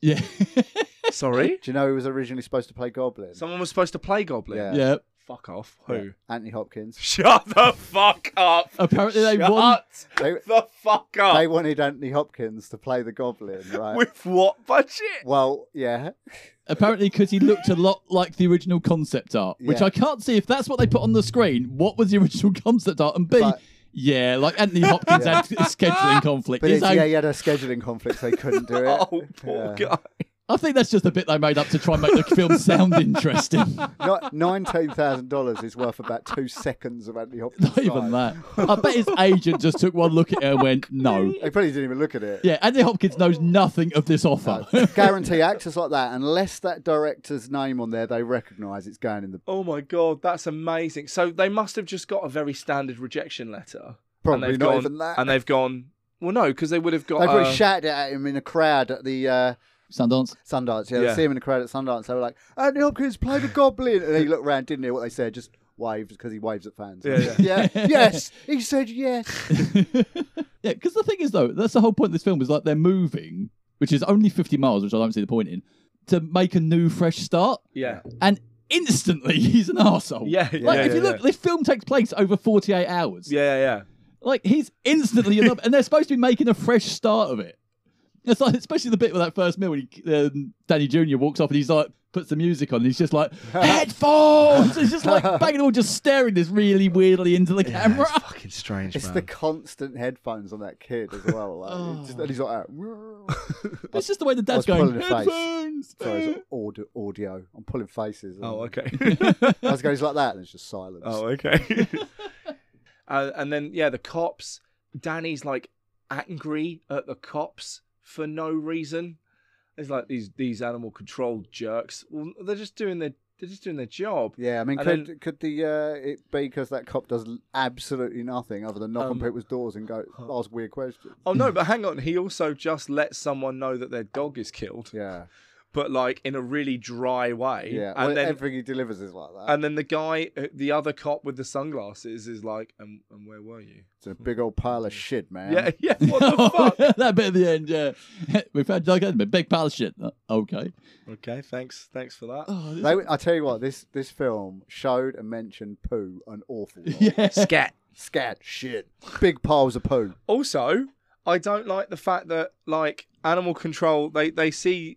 [SPEAKER 6] Yeah,
[SPEAKER 5] Sorry,
[SPEAKER 4] Do you know who was originally supposed to play Goblin?
[SPEAKER 5] someone was supposed to play Goblin.
[SPEAKER 4] Yeah.
[SPEAKER 6] yeah.
[SPEAKER 5] Fuck off. Who?
[SPEAKER 4] Anthony Hopkins.
[SPEAKER 5] Shut the fuck up.
[SPEAKER 6] Apparently they
[SPEAKER 5] Shut
[SPEAKER 6] won.
[SPEAKER 4] They,
[SPEAKER 5] the fuck up.
[SPEAKER 4] they wanted Anthony Hopkins to play the Goblin, right?
[SPEAKER 5] With what budget?
[SPEAKER 4] Well, yeah.
[SPEAKER 6] Apparently, because he looked a lot like the original concept art, which
[SPEAKER 4] Yeah.
[SPEAKER 6] I can't see if that's what they put on the screen. What was the original concept art? And B,
[SPEAKER 4] But-
[SPEAKER 6] yeah, like Anthony Hopkins
[SPEAKER 4] Yeah.
[SPEAKER 6] had scheduling conflict.
[SPEAKER 4] But
[SPEAKER 6] His
[SPEAKER 4] it's,
[SPEAKER 6] own-
[SPEAKER 4] yeah, he had a scheduling conflict, so he couldn't do it.
[SPEAKER 5] Oh, poor
[SPEAKER 4] Yeah.
[SPEAKER 5] guy.
[SPEAKER 6] I think that's just a bit they made up to try and make the film sound interesting.
[SPEAKER 4] Not nineteen thousand dollars is worth about two seconds of Anthony Hopkins.
[SPEAKER 6] Not
[SPEAKER 4] time.
[SPEAKER 6] even that. I bet his agent just took one look at her and went, no.
[SPEAKER 4] He probably didn't even look at it.
[SPEAKER 6] Yeah, Anthony Hopkins knows nothing of this offer.
[SPEAKER 4] No. Guarantee actors like that, unless that director's name on there, they recognise it's going in the
[SPEAKER 5] Oh my god, that's amazing. So they must have just got a very standard rejection letter.
[SPEAKER 4] probably
[SPEAKER 5] and they've
[SPEAKER 4] not
[SPEAKER 5] gone,
[SPEAKER 4] even that.
[SPEAKER 5] And they've gone. Well, no, because they would have got.
[SPEAKER 4] they probably
[SPEAKER 5] uh,
[SPEAKER 4] shouted at him in a crowd at the uh,
[SPEAKER 6] Sundance.
[SPEAKER 4] Sundance. Yeah,
[SPEAKER 5] Yeah.
[SPEAKER 4] see him in a crowd at Sundance. They were like, Anthony Hopkins played the Goblin, and he looked around, didn't hear what they said, just waved because he waves at fans.
[SPEAKER 5] Yeah, yeah.
[SPEAKER 4] yes, he said yes.
[SPEAKER 6] Yeah, because the thing is, though, that's the whole point of this film is like they're moving, which is only 50 miles, which I don't see the point in, to make a new, fresh start.
[SPEAKER 5] yeah.
[SPEAKER 6] And instantly, he's an arsehole.
[SPEAKER 5] Yeah. yeah,
[SPEAKER 6] Like,
[SPEAKER 5] yeah,
[SPEAKER 6] if you
[SPEAKER 5] yeah.
[SPEAKER 6] look, this film takes place over 48 hours.
[SPEAKER 5] Yeah, yeah.
[SPEAKER 6] Like, he's instantly in love, and they're supposed to be making a fresh start of it. It's like, especially the bit with that first meal when he, um, Danny Jr. walks off and he's like, puts the music on, and he's just like, headphones! It's just like, banging all just staring this really weirdly into the camera.
[SPEAKER 5] It's fucking strange,
[SPEAKER 4] It's
[SPEAKER 5] man. Oh.
[SPEAKER 4] the constant headphones on that kid as well. Like, it's just- and he's like,
[SPEAKER 6] It's just the way the
[SPEAKER 4] I was
[SPEAKER 6] dad's going,
[SPEAKER 4] pulling a face.
[SPEAKER 6] headphones!
[SPEAKER 4] sorry, it's audio, audio. I'm pulling faces.
[SPEAKER 5] Oh, okay.
[SPEAKER 4] As it goes like that, and it's just silence.
[SPEAKER 5] oh, okay. uh, and then yeah, the cops. Danny's like angry at the cops for no reason. It's like these these animal control jerks. Well, they're just doing their they're just doing their job.
[SPEAKER 4] Yeah, I mean,
[SPEAKER 5] And
[SPEAKER 4] could
[SPEAKER 5] then-
[SPEAKER 4] could the uh, it be because that cop does l- absolutely nothing other than knock on
[SPEAKER 5] Um,
[SPEAKER 4] people's doors and go ask weird questions?
[SPEAKER 5] Oh no, but hang on. He also just lets someone know that their dog is killed,
[SPEAKER 4] Yeah,
[SPEAKER 5] but like in a really dry way.
[SPEAKER 4] yeah.
[SPEAKER 5] and
[SPEAKER 4] well,
[SPEAKER 5] then
[SPEAKER 4] everything he delivers is like that.
[SPEAKER 5] and then the guy, uh, the other cop with the sunglasses, is like, "And, and where were you?"
[SPEAKER 4] it's a big old pile of shit, man.
[SPEAKER 5] Yeah, yeah. What the fuck?
[SPEAKER 6] that bit at the end, yeah. we found Doug Edmund, big pile of shit. Uh, Okay.
[SPEAKER 5] Okay, thanks, thanks for that.
[SPEAKER 6] Oh, this-
[SPEAKER 4] They, I tell you what, this this film showed and mentioned poo an awful lot.
[SPEAKER 6] yeah.
[SPEAKER 5] Scat.
[SPEAKER 4] Scat shit, big piles of poo.
[SPEAKER 5] Also, I don't like the fact that like animal control, they they see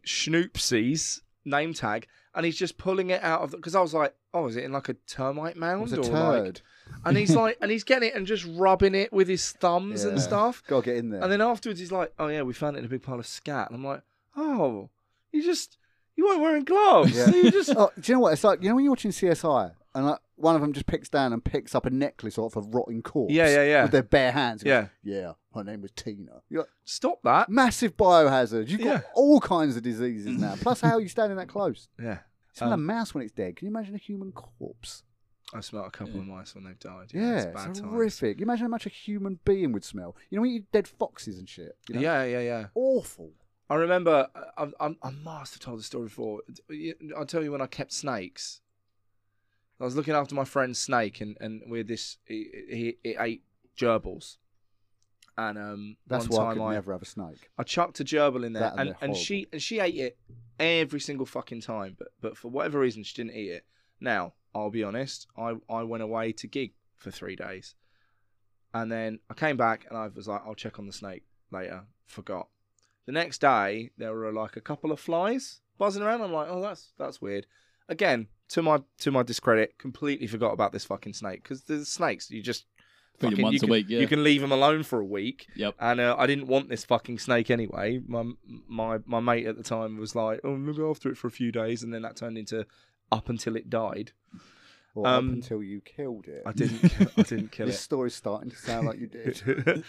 [SPEAKER 5] Snoopsy's name tag and he's just pulling it out of because I was like, oh, is it in like a termite
[SPEAKER 4] It
[SPEAKER 5] mound
[SPEAKER 4] was a
[SPEAKER 5] or
[SPEAKER 4] turd.
[SPEAKER 5] like? And he's like, and he's getting it and just rubbing it with his thumbs and
[SPEAKER 4] Yeah.
[SPEAKER 5] stuff.
[SPEAKER 4] Gotta get in there.
[SPEAKER 5] And then afterwards, he's like, oh yeah, we found it in a big pile of scat. And I'm like, oh, you just you weren't wearing gloves.
[SPEAKER 4] Yeah.
[SPEAKER 5] You just
[SPEAKER 4] oh, do you know what? It's like you know when you're watching CSI and like, one of them just picks down and picks up a necklace off a rotting corpse.
[SPEAKER 5] Yeah, yeah, yeah.
[SPEAKER 4] With their bare hands. He goes,
[SPEAKER 5] Yeah.
[SPEAKER 4] yeah. Her name was Tina. You're like,
[SPEAKER 5] stop that.
[SPEAKER 4] massive biohazard. You've got
[SPEAKER 5] Yeah.
[SPEAKER 4] all kinds of diseases now. Plus, how are you standing that close?
[SPEAKER 5] Yeah,
[SPEAKER 4] It's not a
[SPEAKER 5] Um,
[SPEAKER 4] mouse when it's dead. Can you imagine a human corpse?
[SPEAKER 5] I smelled a couple of mice when they've died. Yeah,
[SPEAKER 4] Yeah,
[SPEAKER 5] it's
[SPEAKER 4] it's,
[SPEAKER 5] bad times.
[SPEAKER 4] horrific. You imagine how much a human being would smell. You know, when you eat dead foxes and shit. You know?
[SPEAKER 5] Yeah, yeah, yeah.
[SPEAKER 4] Awful.
[SPEAKER 5] I remember I, I, I must have told the story before. I'll tell you when I kept snakes. I was looking after my friend's snake, and and we had this. He, he it ate gerbils, and um,
[SPEAKER 4] That's
[SPEAKER 5] one
[SPEAKER 4] why I
[SPEAKER 5] time
[SPEAKER 4] could
[SPEAKER 5] I,
[SPEAKER 4] never have a snake.
[SPEAKER 5] I chucked a gerbil in there,
[SPEAKER 4] That and
[SPEAKER 5] and,
[SPEAKER 4] they're
[SPEAKER 5] and she and she ate it every single fucking time. But but for whatever reason, she didn't eat it. Now I'll be honest. I I went away to gig for three days, and then I came back and I was like, I'll check on the snake later. Forgot. The next day there were like a couple of flies buzzing around. I'm like, oh that's that's weird. Again, to my to my discredit, completely forgot about this fucking snake because there's snakes you just
[SPEAKER 6] Feed 'em
[SPEAKER 5] fucking-
[SPEAKER 6] once
[SPEAKER 5] you
[SPEAKER 6] a
[SPEAKER 5] can,
[SPEAKER 6] week, yeah.
[SPEAKER 5] You can leave them alone for a week.
[SPEAKER 6] Yep.
[SPEAKER 5] And uh, I didn't want this fucking snake anyway. My my my mate at the time was like, "Oh, look after it for a few days," and then that turned into up until it died.
[SPEAKER 4] Or up
[SPEAKER 5] Um,
[SPEAKER 4] until you killed it.
[SPEAKER 5] I didn't. kill- I didn't kill
[SPEAKER 4] This
[SPEAKER 5] it.
[SPEAKER 4] story's starting to sound like you did.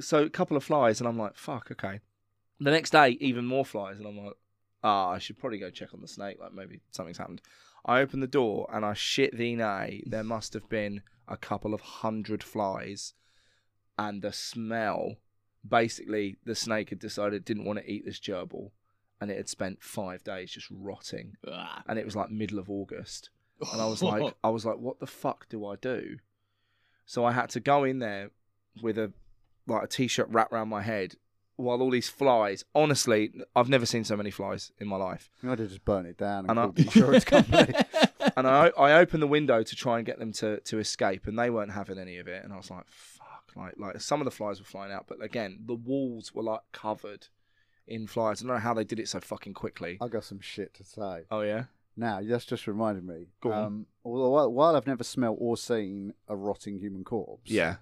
[SPEAKER 5] so a couple of flies, and I'm like, "Fuck, okay." The next day, even more flies, and I'm like, "Ah, I should probably go check on the snake. Like maybe something's happened." I open the door, and I shit thee nay, there must have been a couple of hundred flies, and the smell. Basically, the snake had decided it didn't want to eat this gerbil, and it had spent five days just rotting
[SPEAKER 6] Ah.
[SPEAKER 5] and it was like middle of August, and I was like, I was like, what the fuck do I do? So I had to go in there with a like a t-shirt wrapped around my head, while all these flies. Honestly, I've never seen so many flies in my life.
[SPEAKER 4] You might have just burn it down
[SPEAKER 5] And
[SPEAKER 4] and,
[SPEAKER 5] I-
[SPEAKER 4] called the insurance company.
[SPEAKER 5] And I I opened the window to try and get them to to escape, and they weren't having any of it. And I was like, fuck, like like some of the flies were flying out, but again, the walls were like covered in flies. I don't know how they did it so fucking quickly.
[SPEAKER 4] I got some shit to say.
[SPEAKER 5] Oh yeah,
[SPEAKER 4] Now, that's just reminded me.
[SPEAKER 5] Go on.
[SPEAKER 4] Um, although, while- while I've never smelled or seen a rotting human corpse,
[SPEAKER 5] yeah.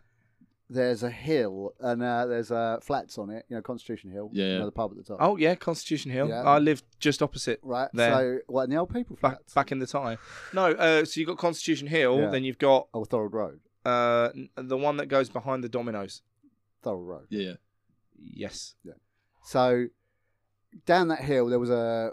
[SPEAKER 4] there's a hill and uh, there's uh, flats on it, you know, Constitution Hill,
[SPEAKER 6] Yeah.
[SPEAKER 4] you know, the pub at the top.
[SPEAKER 5] Oh yeah, Constitution Hill.
[SPEAKER 4] Yeah.
[SPEAKER 5] I lived just opposite
[SPEAKER 4] Right,
[SPEAKER 5] there.
[SPEAKER 4] so, what, in the old people
[SPEAKER 5] back
[SPEAKER 4] flats?
[SPEAKER 5] back in the time. No, uh, so you've got Constitution Hill,
[SPEAKER 4] Yeah.
[SPEAKER 5] then you've got
[SPEAKER 4] Oh, Thorold Road.
[SPEAKER 5] uh, n- the one that goes behind the Dominoes.
[SPEAKER 4] Thorold Road.
[SPEAKER 6] yeah.
[SPEAKER 5] Yes.
[SPEAKER 4] So down that hill, there was a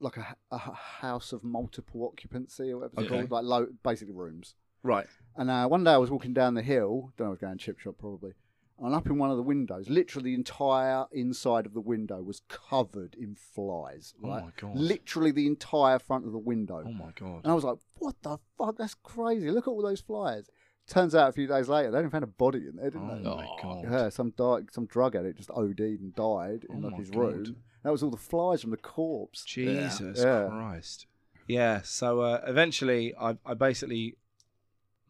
[SPEAKER 4] like a, a house of multiple occupancy or whatever it's
[SPEAKER 6] Okay.
[SPEAKER 4] called, like low, basically rooms.
[SPEAKER 5] Right.
[SPEAKER 4] And uh, one day I was walking down the hill, don't know, I was going chip shop probably, and up in one of the windows, literally the entire inside of the window was covered in flies.
[SPEAKER 5] Oh
[SPEAKER 4] Right?
[SPEAKER 5] my God.
[SPEAKER 4] Literally the entire front of the window.
[SPEAKER 5] Oh my god.
[SPEAKER 4] And I was like, what the fuck? That's crazy. Look at all those flies. Turns out a few days later, they only found a body in there,
[SPEAKER 5] Oh
[SPEAKER 4] didn't they?
[SPEAKER 5] my god.
[SPEAKER 4] Yeah, some dark, some drug addict just OD'd and died in
[SPEAKER 5] Oh
[SPEAKER 4] like
[SPEAKER 5] my
[SPEAKER 4] his
[SPEAKER 5] God.
[SPEAKER 4] room. That was all the flies from the corpse.
[SPEAKER 5] Jesus
[SPEAKER 4] Yeah.
[SPEAKER 5] Christ. Yeah. So uh, eventually, I, I basically,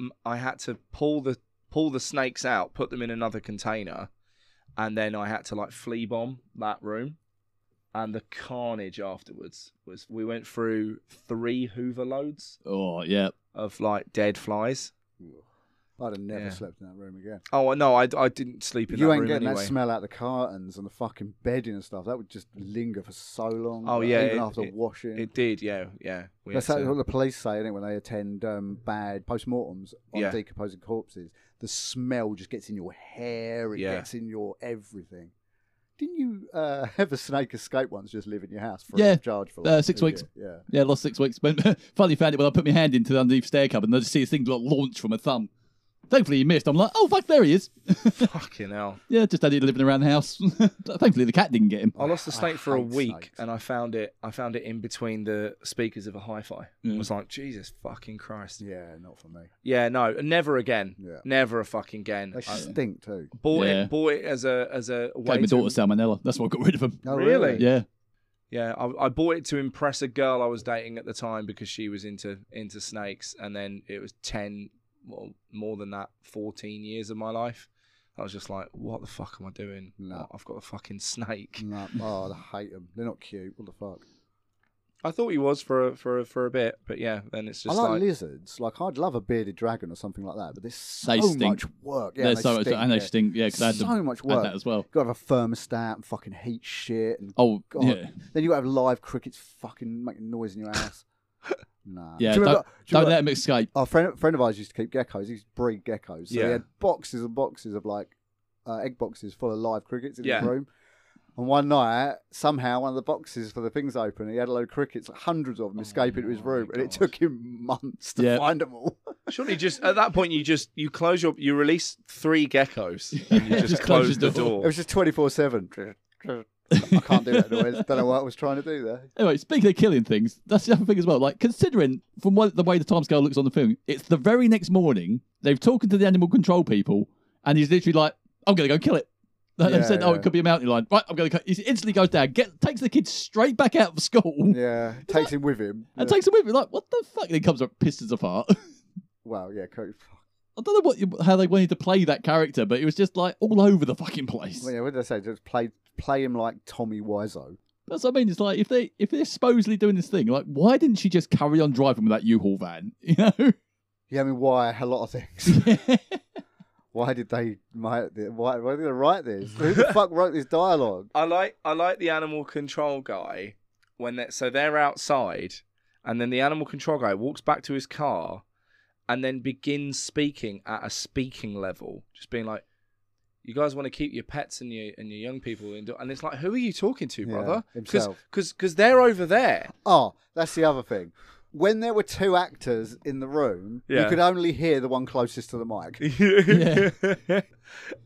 [SPEAKER 5] m- I had to pull the pull the snakes out, put them in another container, and then I had to like flea bomb that room, and the carnage afterwards was we went through three Hoover loads
[SPEAKER 6] Oh, yeah.
[SPEAKER 5] of like dead flies.
[SPEAKER 4] I'd have never
[SPEAKER 5] Yeah.
[SPEAKER 4] slept in that room again.
[SPEAKER 5] Oh no, I, I didn't sleep in
[SPEAKER 4] You
[SPEAKER 5] that
[SPEAKER 4] ain't
[SPEAKER 5] room
[SPEAKER 4] getting
[SPEAKER 5] anyway.
[SPEAKER 4] that smell out the cartons and the fucking bedding and stuff. That would just linger for so long.
[SPEAKER 5] Oh,
[SPEAKER 4] like,
[SPEAKER 5] yeah,
[SPEAKER 4] even
[SPEAKER 5] it-
[SPEAKER 4] after
[SPEAKER 5] it-
[SPEAKER 4] washing.
[SPEAKER 5] It did, yeah, yeah. We
[SPEAKER 4] That's
[SPEAKER 5] had
[SPEAKER 4] how-
[SPEAKER 5] to-
[SPEAKER 4] what the police say, is when they attend um, bad postmortems on
[SPEAKER 5] Yeah.
[SPEAKER 4] decomposing corpses? The smell just gets in your hair. It
[SPEAKER 5] Yeah.
[SPEAKER 4] gets in your everything. Didn't you uh, have a snake escape once? Just live in your house for
[SPEAKER 6] Yeah,
[SPEAKER 4] a charge for
[SPEAKER 6] uh,
[SPEAKER 4] it,
[SPEAKER 6] six
[SPEAKER 4] didn't
[SPEAKER 6] weeks.
[SPEAKER 4] you? Yeah.
[SPEAKER 6] Yeah, lost six weeks. When, finally found it when I put my hand into the underneath stair cupboard and I just see this thing like launch from a thumb. Thankfully, he missed. I'm like, oh, fuck, there he is.
[SPEAKER 5] fucking hell.
[SPEAKER 6] yeah, just had it living around the house. Thankfully, the cat didn't get him.
[SPEAKER 5] I lost the
[SPEAKER 4] I
[SPEAKER 5] snake for a
[SPEAKER 4] hate
[SPEAKER 5] week,
[SPEAKER 4] snakes.
[SPEAKER 5] and I found it. I found it in between the speakers of a hi-fi.
[SPEAKER 6] Yeah.
[SPEAKER 4] Mm.
[SPEAKER 5] I was like, Jesus fucking Christ. Yeah,
[SPEAKER 4] Yeah, not for me.
[SPEAKER 5] no, never again.
[SPEAKER 4] Yeah.
[SPEAKER 5] Never a fucking again.
[SPEAKER 4] They
[SPEAKER 5] I
[SPEAKER 4] stink too.
[SPEAKER 5] bought
[SPEAKER 6] Yeah.
[SPEAKER 5] it. Bought it as a as a way
[SPEAKER 6] Gave
[SPEAKER 5] to-
[SPEAKER 6] my daughter salmonella. That's why I got rid of him.
[SPEAKER 4] Oh,
[SPEAKER 5] Really?
[SPEAKER 6] Yeah.
[SPEAKER 5] Yeah, I, I bought it to impress a girl I was dating at the time because she was into into snakes, and then it was ten, well, more than that, fourteen years of my life. I was just like, what the fuck am I doing?
[SPEAKER 4] No.
[SPEAKER 5] What, I've got a fucking snake.
[SPEAKER 4] No, oh, I hate them. They're not cute. What the fuck?
[SPEAKER 5] I thought he was for a, for a, for a bit, but yeah, then it's just
[SPEAKER 4] I like,
[SPEAKER 5] like
[SPEAKER 4] lizards. Like I'd love a bearded dragon or something like that, but there's so
[SPEAKER 6] They stink.
[SPEAKER 4] much work. Yeah,
[SPEAKER 6] They're
[SPEAKER 4] they
[SPEAKER 6] so,
[SPEAKER 4] stink,
[SPEAKER 6] and they
[SPEAKER 4] yeah.
[SPEAKER 6] stink. Yeah, because I had to
[SPEAKER 4] so much
[SPEAKER 6] add
[SPEAKER 4] work.
[SPEAKER 6] that as well.
[SPEAKER 4] Got to have a thermostat and fucking heat shit and
[SPEAKER 6] Oh,
[SPEAKER 4] God.
[SPEAKER 6] yeah.
[SPEAKER 4] Then you got to have live crickets fucking making noise in your house. nah.
[SPEAKER 6] Yeah,
[SPEAKER 4] Do you remember-
[SPEAKER 6] don't,
[SPEAKER 4] do you
[SPEAKER 6] don't
[SPEAKER 4] remember-
[SPEAKER 6] let him escape.
[SPEAKER 4] Our friend, friend of ours used to keep geckos. He used to breed geckos. So
[SPEAKER 5] Yeah.
[SPEAKER 4] he had boxes and boxes of like uh, egg boxes full of live crickets in
[SPEAKER 5] Yeah.
[SPEAKER 4] his room. And one night, somehow, one of the boxes for the things open, he had a load of crickets, like hundreds of them, escape into his room, and it took him months to
[SPEAKER 6] Yeah.
[SPEAKER 4] find them all.
[SPEAKER 5] surely just at that point you just you close your you release three geckos and you
[SPEAKER 6] Yeah,
[SPEAKER 5] just,
[SPEAKER 6] just
[SPEAKER 5] close,
[SPEAKER 6] close
[SPEAKER 5] the
[SPEAKER 6] your
[SPEAKER 5] door.
[SPEAKER 4] It was just twenty four seven. I can't do that noise. Don't know what I was trying to do there.
[SPEAKER 6] Anyway, speaking of killing things, that's the other thing as well. Like, considering from what, the way the timescale looks on the film, it's the very next morning. They've talking to the animal control people, and he's literally like, "I'm gonna go kill it." Like
[SPEAKER 4] Yeah,
[SPEAKER 6] they've said, "Oh,
[SPEAKER 4] yeah.
[SPEAKER 6] it could be a mountain lion." Right, I'm gonna. Go. He instantly goes down, get takes the kid straight back out of school,
[SPEAKER 4] Yeah, takes him with him.
[SPEAKER 6] and
[SPEAKER 4] Yeah.
[SPEAKER 6] takes him with him. Like, what the fuck? And he comes up, pisses apart. I
[SPEAKER 4] Well, yeah, co-
[SPEAKER 6] don't know what you- how they wanted to play that character, but it was just like all over the fucking place.
[SPEAKER 4] well, yeah, what did I say? Just play play him like Tommy Wiseau.
[SPEAKER 6] That's what I mean. It's like if they if they're supposedly doing this thing, like why didn't she just carry on driving with that U-Haul van? You know?
[SPEAKER 4] Yeah, I mean, why a lot of things? Why did they write this? Why, why did they write this? Who the fuck wrote this dialogue?
[SPEAKER 5] I like I like the animal control guy when they so they're outside and then the animal control guy walks back to his car and then begins speaking at a speaking level, just being like, "You guys want to keep your pets and your and your young people indoor," and it's like, "Who are you talking to,
[SPEAKER 4] Yeah,
[SPEAKER 5] brother?"
[SPEAKER 4] himself.
[SPEAKER 5] because because they're over there.
[SPEAKER 4] Oh, that's the other thing. When there were two actors in the room, you
[SPEAKER 5] Yeah.
[SPEAKER 4] could only hear the one closest to the mic.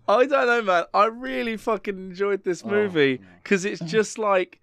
[SPEAKER 5] I don't know, man. I really fucking enjoyed this
[SPEAKER 4] Oh,
[SPEAKER 5] movie because it's just like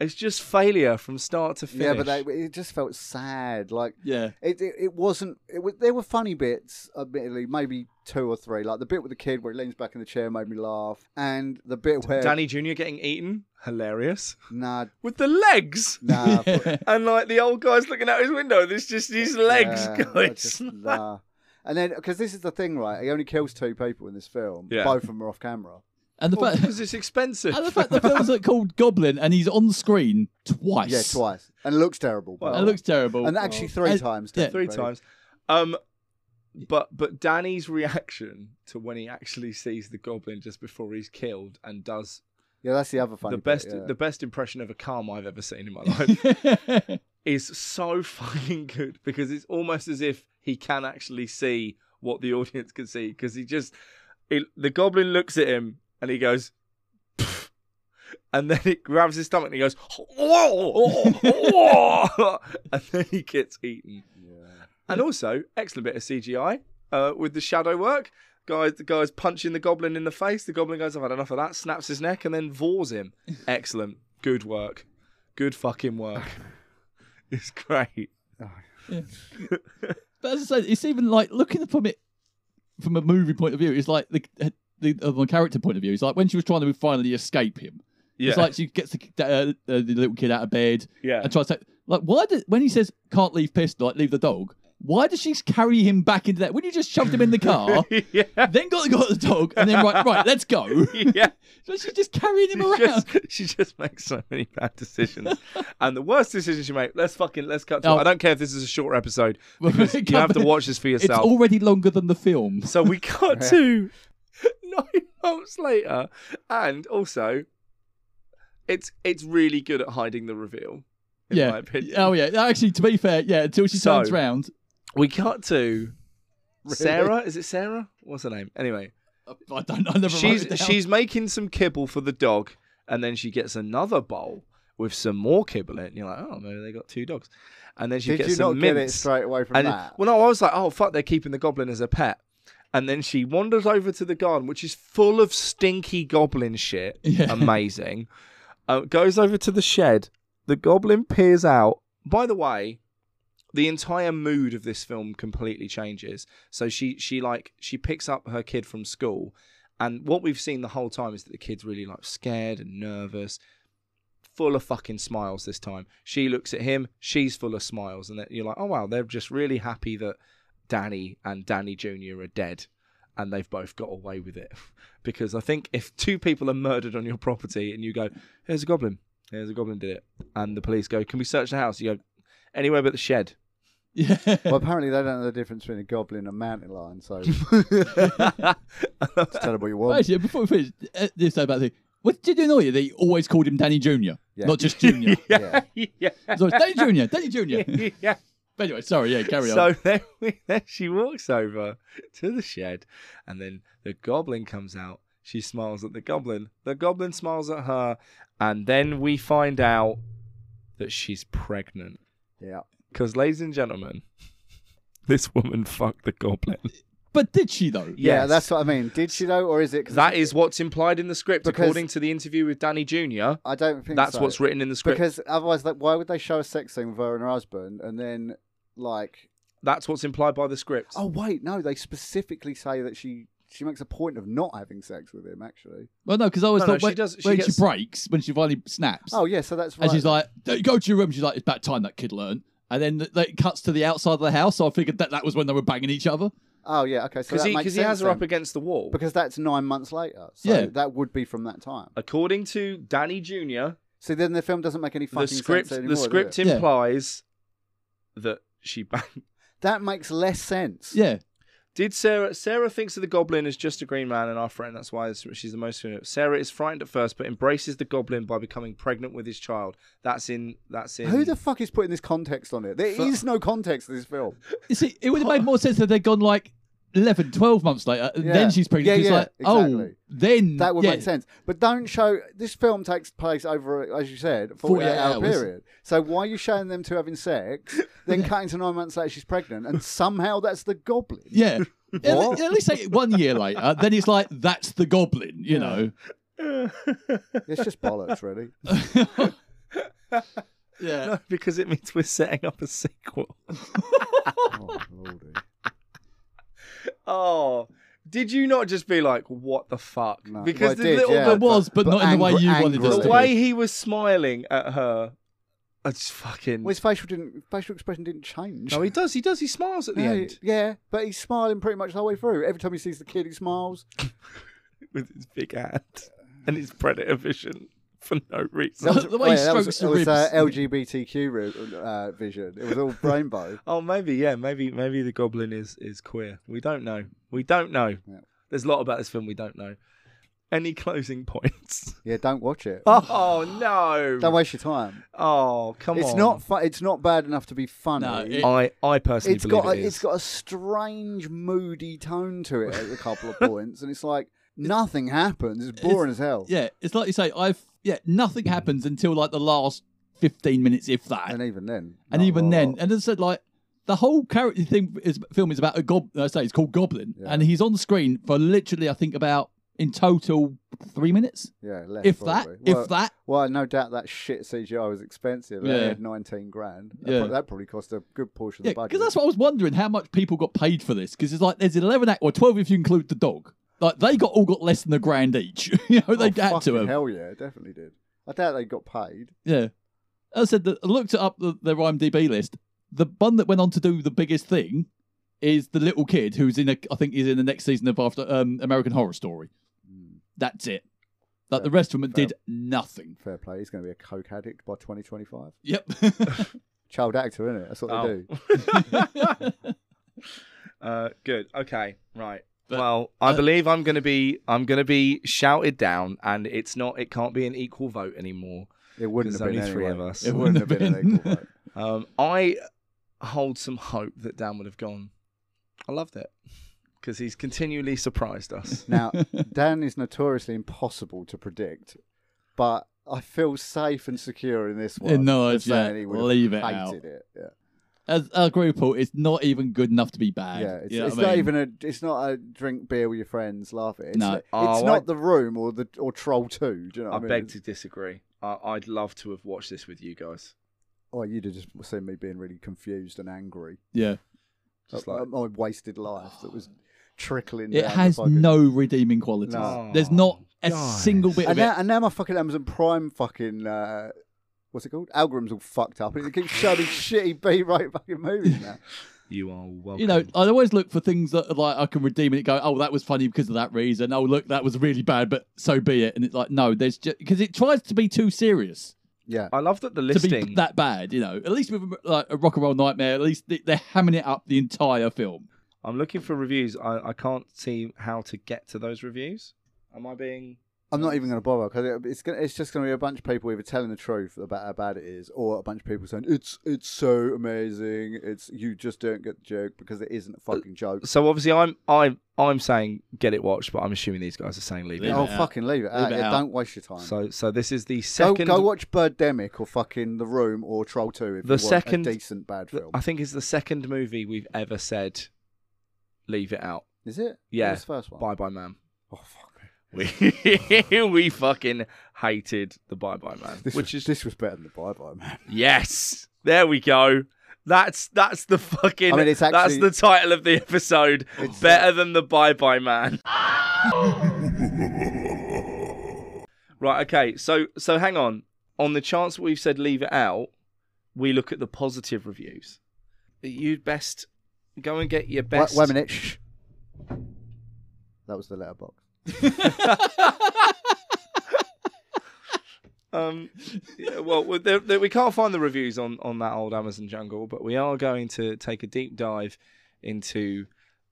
[SPEAKER 5] it's just failure from start to finish.
[SPEAKER 4] Yeah, but they, it just felt sad. Like
[SPEAKER 6] Yeah.
[SPEAKER 4] It, it, it wasn't. It was, there were funny bits, admittedly, maybe two or three. Like the bit with the kid where he leans back in the chair made me laugh, and the bit where
[SPEAKER 5] Danny Jr. getting eaten, hilarious.
[SPEAKER 4] Nah,
[SPEAKER 5] With the legs.
[SPEAKER 4] nah, I thought-
[SPEAKER 5] And like the old guy's looking out his window, there's just his legs
[SPEAKER 4] nah, I
[SPEAKER 5] going.
[SPEAKER 4] just-
[SPEAKER 5] sla-
[SPEAKER 4] nah. And then because this is the thing, right? He only kills two people in this film.
[SPEAKER 5] Yeah.
[SPEAKER 4] Both of them are off camera.
[SPEAKER 6] And the
[SPEAKER 5] Well,
[SPEAKER 6] fact
[SPEAKER 5] Oh, because it's expensive.
[SPEAKER 6] and the fact the film's like called Goblin and he's on screen twice.
[SPEAKER 4] Yeah, twice, and it looks terrible.
[SPEAKER 5] Well,
[SPEAKER 6] It looks terrible.
[SPEAKER 4] and actually three
[SPEAKER 6] and-
[SPEAKER 4] times.
[SPEAKER 6] yeah.
[SPEAKER 5] Three
[SPEAKER 4] technically.
[SPEAKER 5] times. Um but but Danny's reaction to when he actually sees the goblin just before he's killed and does
[SPEAKER 4] Yeah, that's the other funny.
[SPEAKER 5] the best
[SPEAKER 4] Bit, yeah.
[SPEAKER 5] the best impression of a calm I've ever seen in my life
[SPEAKER 6] Twice.
[SPEAKER 5] is so fucking good because it's almost as if he can actually see what the audience can see because he just it, the goblin looks at him and he goes "Pff," and then it grabs his stomach and he goes whoa, whoa, whoa," and then he gets eaten and also excellent bit of CGI uh, with the shadow work guy the guy's punching the goblin in the face the goblin goes I've had enough of that snaps his neck and then vores him excellent good work good fucking work it's great.
[SPEAKER 6] But as I said, it's even like looking from it from a movie point of view. It's like the the, uh, the character point of view. It's like when she was trying to finally escape him.
[SPEAKER 5] Yeah.
[SPEAKER 6] It's like she gets the, uh, uh, the little kid out of bed
[SPEAKER 5] yeah.
[SPEAKER 6] and tries to like why did when he says can't leave pissed like leave the dog. Why does she carry him back into that? When you just shoved him in the car,
[SPEAKER 5] yeah.
[SPEAKER 6] then got, got the dog, and then right, right, let's go.
[SPEAKER 5] Yeah.
[SPEAKER 6] So she's just carrying him
[SPEAKER 5] She
[SPEAKER 6] around.
[SPEAKER 5] just, she just makes so many bad decisions. and the worst decision she made, let's fucking let's cut to
[SPEAKER 6] Oh.
[SPEAKER 5] it. I don't care if this is a shorter episode.
[SPEAKER 6] Well,
[SPEAKER 5] Because you have to watch this for
[SPEAKER 6] It's
[SPEAKER 5] yourself.
[SPEAKER 6] already longer than the film.
[SPEAKER 5] So we cut to nine months later. And also it's it's really good at hiding the reveal, in
[SPEAKER 6] yeah.
[SPEAKER 5] my opinion.
[SPEAKER 6] Oh yeah. Actually, to be fair, yeah. Until she
[SPEAKER 5] So-
[SPEAKER 6] turns round,
[SPEAKER 5] We cut to Sarah. Is it Sarah? What's her name? Anyway.
[SPEAKER 6] I I don't. I never. wrote
[SPEAKER 5] she's
[SPEAKER 6] it down.
[SPEAKER 5] she's making some kibble for the dog, and then she gets another bowl with some more kibble in. it. And you're like, oh, maybe they got two dogs, and then she
[SPEAKER 4] Did
[SPEAKER 5] gets
[SPEAKER 4] you
[SPEAKER 5] some
[SPEAKER 4] not get it
[SPEAKER 5] mince.
[SPEAKER 4] straight away from
[SPEAKER 5] and
[SPEAKER 4] that?
[SPEAKER 5] well, no, I was like, oh fuck, they're keeping the goblin as a pet. And then she wanders over to the garden, which is full of stinky goblin shit.
[SPEAKER 6] Yeah.
[SPEAKER 5] Amazing. Uh, goes over to the shed. The goblin peers out. By the way, the entire mood of this film completely changes. So she she like she picks up her kid from school, and what we've seen the whole time is that the kid's really like scared and nervous, full of fucking smiles this time. She looks at him, she's full of smiles, and then you're like, oh wow, they're just really happy that Danny and Danny Jr. are dead. And they've both got away with it. Because I think if two people are murdered on your property and you go, here's a goblin, here's a goblin did it, and the police go, can we search the house? You go, anywhere but the shed.
[SPEAKER 6] Yeah.
[SPEAKER 4] well, apparently they don't know the difference between a goblin and a mountain lion, so it's terrible you want.
[SPEAKER 6] Actually, before we finish, uh, this about the thing. What did you annoy you? They always called him Danny Junior,
[SPEAKER 4] Yeah.
[SPEAKER 6] not just Junior.
[SPEAKER 4] Yeah.
[SPEAKER 5] yeah.
[SPEAKER 6] It's always, Danny Junior, Danny Junior.
[SPEAKER 5] yeah.
[SPEAKER 6] But anyway, sorry. Yeah, carry
[SPEAKER 5] so
[SPEAKER 6] on.
[SPEAKER 5] then, we, then she walks over to the shed, and then the goblin comes out. She smiles at the goblin. The goblin smiles at her, and then we find out that she's pregnant.
[SPEAKER 4] Yeah.
[SPEAKER 5] Because, ladies and gentlemen, this woman fucked the goblin.
[SPEAKER 6] But did she though?
[SPEAKER 4] Yeah,
[SPEAKER 5] Yes.
[SPEAKER 4] that's what I mean. Did she though, or is it? 'cause
[SPEAKER 5] That is what's implied in the script,
[SPEAKER 4] Because-
[SPEAKER 5] according to the interview with Danny Jr.
[SPEAKER 4] I don't think
[SPEAKER 5] That's
[SPEAKER 4] so.
[SPEAKER 5] what's written in the script.
[SPEAKER 4] Because otherwise, like, why would they show a sex scene with her and her husband and then, like,
[SPEAKER 5] That's what's implied by the script.
[SPEAKER 4] oh wait, no, they specifically say that she she makes a point of not having sex with him. Actually,
[SPEAKER 6] Well, no, because I always
[SPEAKER 5] No, no,
[SPEAKER 6] thought
[SPEAKER 5] she
[SPEAKER 6] when,
[SPEAKER 5] does- she
[SPEAKER 6] when
[SPEAKER 5] gets-
[SPEAKER 6] she breaks, when she finally snaps,
[SPEAKER 4] oh yeah, so that's right.
[SPEAKER 6] and she's like, "Don't "Go to your room." She's like, "It's about time that kid learned." And then th- it cuts to the outside of the house. So I figured that that was when they were banging each other.
[SPEAKER 4] oh yeah, okay, so
[SPEAKER 5] Because
[SPEAKER 4] that
[SPEAKER 5] he,
[SPEAKER 4] makes
[SPEAKER 5] 'cause he has
[SPEAKER 4] sense
[SPEAKER 5] her up
[SPEAKER 4] then.
[SPEAKER 5] against the wall.
[SPEAKER 4] because that's nine months later. So
[SPEAKER 6] Yeah.
[SPEAKER 4] that would be from that time.
[SPEAKER 5] According to Danny Jr.,
[SPEAKER 4] So then the film doesn't make any fucking
[SPEAKER 5] the script the
[SPEAKER 4] sense anymore. does
[SPEAKER 5] script
[SPEAKER 4] it?
[SPEAKER 6] Yeah.
[SPEAKER 5] implies that she banged
[SPEAKER 4] that makes less sense.
[SPEAKER 6] Yeah,
[SPEAKER 5] Did Sarah? Sarah thinks of the goblin as just a green man and our friend. That's why she's the most. Sarah is frightened at first, but embraces the goblin by becoming pregnant with his child. That's in. That's in.
[SPEAKER 4] Who the fuck is putting this context on it? There is no context to this film.
[SPEAKER 6] You see, it would have made more sense if they'd gone like 11, 12 months later, and
[SPEAKER 4] Yeah.
[SPEAKER 6] then she's pregnant.
[SPEAKER 4] Yeah,
[SPEAKER 6] 'cause
[SPEAKER 4] yeah,
[SPEAKER 6] like, oh,
[SPEAKER 4] exactly.
[SPEAKER 6] then
[SPEAKER 4] That would
[SPEAKER 6] yeah.
[SPEAKER 4] make sense. But don't show. This film takes place over, as you said, 48,
[SPEAKER 6] 48
[SPEAKER 4] hour
[SPEAKER 6] hours.
[SPEAKER 4] period. So why are you showing them two having sex, then cutting to nine months later she's pregnant, and somehow that's the goblin?
[SPEAKER 6] Yeah. At le- At least say it one year later, then it's like that's the goblin, you know.
[SPEAKER 4] It's just bollocks, really.
[SPEAKER 6] Yeah,
[SPEAKER 5] No, because it means we're setting up a sequel.
[SPEAKER 4] Oh, lordy.
[SPEAKER 5] Oh, did you not just be like, "What the fuck"?
[SPEAKER 4] No.
[SPEAKER 5] Because
[SPEAKER 4] Well, I
[SPEAKER 5] the
[SPEAKER 4] did,
[SPEAKER 5] little
[SPEAKER 4] yeah.
[SPEAKER 5] the,
[SPEAKER 6] it was, but,
[SPEAKER 4] but
[SPEAKER 6] not in the way
[SPEAKER 4] angry-
[SPEAKER 6] you wanted us
[SPEAKER 4] angrily.
[SPEAKER 5] the
[SPEAKER 6] to.
[SPEAKER 4] Really?
[SPEAKER 5] way he was smiling at her, it's fucking.
[SPEAKER 4] Well, his facial didn't facial expression didn't change.
[SPEAKER 5] No, he does. He does. He smiles at the
[SPEAKER 4] No,
[SPEAKER 5] end
[SPEAKER 4] Yeah, but he's smiling pretty much the whole way through. Every time he sees the kid, he smiles.
[SPEAKER 5] with his big hand and his predator vision for no
[SPEAKER 6] That
[SPEAKER 5] reason.
[SPEAKER 6] was- the way he
[SPEAKER 4] that was-
[SPEAKER 6] strokes the
[SPEAKER 4] It was uh,
[SPEAKER 6] ribs.
[SPEAKER 4] LGBTQ ri- uh, vision. It was all rainbow.
[SPEAKER 5] Oh, maybe yeah, maybe maybe the goblin is is queer. We don't know. We don't know.
[SPEAKER 4] Yeah.
[SPEAKER 5] There's a lot about this film we don't know. Any closing points?
[SPEAKER 4] Yeah, don't watch it.
[SPEAKER 5] Oh no!
[SPEAKER 4] Don't waste your time.
[SPEAKER 5] Oh come
[SPEAKER 4] it's
[SPEAKER 5] on!
[SPEAKER 4] not fu- It's not bad enough to be funny.
[SPEAKER 6] No, it-
[SPEAKER 5] I I personally
[SPEAKER 4] has
[SPEAKER 5] believe
[SPEAKER 4] got
[SPEAKER 5] it
[SPEAKER 4] a,
[SPEAKER 5] is.
[SPEAKER 4] it's got a strange moody tone to it at a couple of points, and it's like nothing happens. It's boring as hell.
[SPEAKER 6] Yeah, it's like you say. I've yeah, nothing happens until like the last fifteen minutes, if that,
[SPEAKER 4] and
[SPEAKER 6] and,
[SPEAKER 4] even then, oh,
[SPEAKER 6] even
[SPEAKER 4] not a
[SPEAKER 6] then,
[SPEAKER 4] lot.
[SPEAKER 6] and as I said, like the whole character thing is film is about a goblin. I say it's called Goblin,
[SPEAKER 4] Yeah.
[SPEAKER 6] and he's on screen for literally I think about in total three minutes,
[SPEAKER 4] yeah, less
[SPEAKER 6] if
[SPEAKER 4] probably.
[SPEAKER 6] that,
[SPEAKER 4] Well-
[SPEAKER 6] if that.
[SPEAKER 4] Well, no doubt that shit CGI was expensive. They
[SPEAKER 6] Yeah.
[SPEAKER 4] had nineteen grand. That,
[SPEAKER 6] Yeah.
[SPEAKER 4] pro- that probably cost a good portion
[SPEAKER 6] Yeah,
[SPEAKER 4] of the budget.
[SPEAKER 6] because that's what I was wondering how much people got paid for this. Because it's like there's eleven act or twelve if you include the dog. Like they got all got less than a grand each. you know, they
[SPEAKER 4] oh,
[SPEAKER 6] had to
[SPEAKER 4] fucking
[SPEAKER 6] have.
[SPEAKER 4] Hell yeah, definitely did. I doubt they got paid.
[SPEAKER 6] Yeah. As I said, the, I looked up the, their IMDb list. The one that went on to do the biggest thing is the little kid who's in a, I think he's in the next season of After um, American Horror Story. That's it. Like the rest of them
[SPEAKER 4] Hmm. fair.
[SPEAKER 6] did nothing.
[SPEAKER 4] Fair play. He's going to be a coke addict by 2025.
[SPEAKER 6] Yep.
[SPEAKER 4] Child actor, isn't it? That's what
[SPEAKER 5] Oh.
[SPEAKER 4] they do.
[SPEAKER 5] Uh, good. Okay. Right.
[SPEAKER 6] But-
[SPEAKER 5] well, I
[SPEAKER 6] uh,
[SPEAKER 5] believe I'm gonna be I'm gonna be shouted down, and it's not it can't be an equal vote anymore.
[SPEAKER 4] It wouldn't
[SPEAKER 5] There's
[SPEAKER 4] have been
[SPEAKER 5] only three
[SPEAKER 4] anyway.
[SPEAKER 5] of us.
[SPEAKER 4] It wouldn't have been an equal vote.
[SPEAKER 5] Um, I hold some hope that Dan would have gone. I loved it because he's continually surprised us.
[SPEAKER 4] Now, Dan is notoriously impossible to predict, but I feel safe and secure in this one.
[SPEAKER 6] In knowledge,
[SPEAKER 4] of saying
[SPEAKER 6] yeah.
[SPEAKER 4] he would have
[SPEAKER 6] Leave it out.
[SPEAKER 4] hated it. Yeah,
[SPEAKER 6] As a group, all, it's not even good enough to be bad.
[SPEAKER 4] yeah. It's,
[SPEAKER 6] You know
[SPEAKER 4] it's
[SPEAKER 6] what I
[SPEAKER 4] not
[SPEAKER 6] mean?
[SPEAKER 4] even a. It's not a drink beer with your friends, laugh at it. It's,
[SPEAKER 6] No.
[SPEAKER 4] not,
[SPEAKER 5] Oh,
[SPEAKER 4] it's not
[SPEAKER 5] I-
[SPEAKER 4] the room or the or Troll Two. Do you know what
[SPEAKER 5] I,
[SPEAKER 4] I mean?
[SPEAKER 5] beg to disagree. I, I'd love to have watched this with you guys.
[SPEAKER 4] Oh, you'd have just seen me being really confused and angry,
[SPEAKER 6] Yeah.
[SPEAKER 5] Just
[SPEAKER 4] Uh,
[SPEAKER 5] like
[SPEAKER 4] my wasted life that was trickling.
[SPEAKER 6] It
[SPEAKER 4] down the
[SPEAKER 6] has
[SPEAKER 4] fucking-
[SPEAKER 6] no redeeming qualities.
[SPEAKER 4] No.
[SPEAKER 6] There's not a
[SPEAKER 5] Guys.
[SPEAKER 6] single bit
[SPEAKER 4] And
[SPEAKER 6] of it.
[SPEAKER 4] now, and now my fucking Amazon Prime fucking uh, what's it called? Algorithm's all fucked up, and it keeps showing me shitty B-rate fucking movies now.
[SPEAKER 5] you are welcome.
[SPEAKER 6] you know, I always look for things that like I can redeem and it go, oh, that was funny because of that reason. Oh, look, that was really bad, but so be it. And it's like, no, there's just because it tries to be too serious
[SPEAKER 4] Yeah,
[SPEAKER 5] I love that the
[SPEAKER 6] to be
[SPEAKER 5] listing.
[SPEAKER 6] that bad. You know, at least with like a rock and roll nightmare, at least they, they're hamming it up the entire film.
[SPEAKER 5] I'm looking for reviews. I, I can't see how to get to those reviews. Am I being?
[SPEAKER 4] I'm not even going to bother because it's gonna, it's just going to be a bunch of people either telling the truth about how bad it is, or a bunch of people saying it's it's so amazing. It's you just don't get the joke because it isn't a
[SPEAKER 6] Uh,
[SPEAKER 4] fucking joke.
[SPEAKER 5] So obviously, I'm I'm I'm saying get it watched, but I'm assuming these guys are saying leave it.
[SPEAKER 6] Leave
[SPEAKER 4] oh,
[SPEAKER 6] it out.
[SPEAKER 4] fucking leave it. out.
[SPEAKER 6] it
[SPEAKER 4] yeah,
[SPEAKER 6] out.
[SPEAKER 4] don't waste your time.
[SPEAKER 5] So so this is the
[SPEAKER 4] go,
[SPEAKER 5] second.
[SPEAKER 4] go watch Birdemic or fucking The Room or Troll Two if
[SPEAKER 5] The
[SPEAKER 4] you want
[SPEAKER 5] second-
[SPEAKER 4] a decent bad
[SPEAKER 5] th-
[SPEAKER 4] film.
[SPEAKER 5] I think it's the second movie we've ever said leave it out.
[SPEAKER 4] Is it?
[SPEAKER 5] Yeah.
[SPEAKER 4] What was the first one.
[SPEAKER 5] Bye bye man.
[SPEAKER 4] Oh fuck.
[SPEAKER 5] We we fucking hated the bye bye man,
[SPEAKER 4] This
[SPEAKER 5] which
[SPEAKER 4] was,
[SPEAKER 5] is
[SPEAKER 4] this was better than the Bye Bye Man.
[SPEAKER 5] yes. There we go. That's that's the fucking.
[SPEAKER 4] I mean, it's
[SPEAKER 5] that's
[SPEAKER 4] actually-
[SPEAKER 5] the title of the episode.
[SPEAKER 4] It's-
[SPEAKER 5] Better than the bye bye man. right. Okay. So so hang on. On the chance that we've said leave it out, we look at the positive reviews. You'd best go and get your
[SPEAKER 4] Wait,
[SPEAKER 5] best.
[SPEAKER 4] wait a minute. Shh. That was the letterbox.
[SPEAKER 5] Um, yeah, well, we- there, there, we can't find the reviews on, on that old Amazon jungle, but we are going to take a deep dive into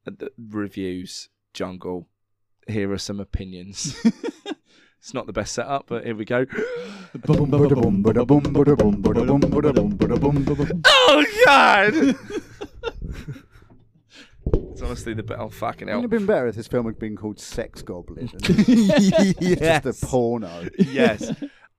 [SPEAKER 5] at the reviews jungle. Here are some opinions. it's not the best setup, but here we go. Oh God! it's honestly the best. Oh fucking
[SPEAKER 4] Wouldn't it
[SPEAKER 5] hell!
[SPEAKER 4] have been better if this film had been called Sex Goblin? It's just a porno.
[SPEAKER 5] yes.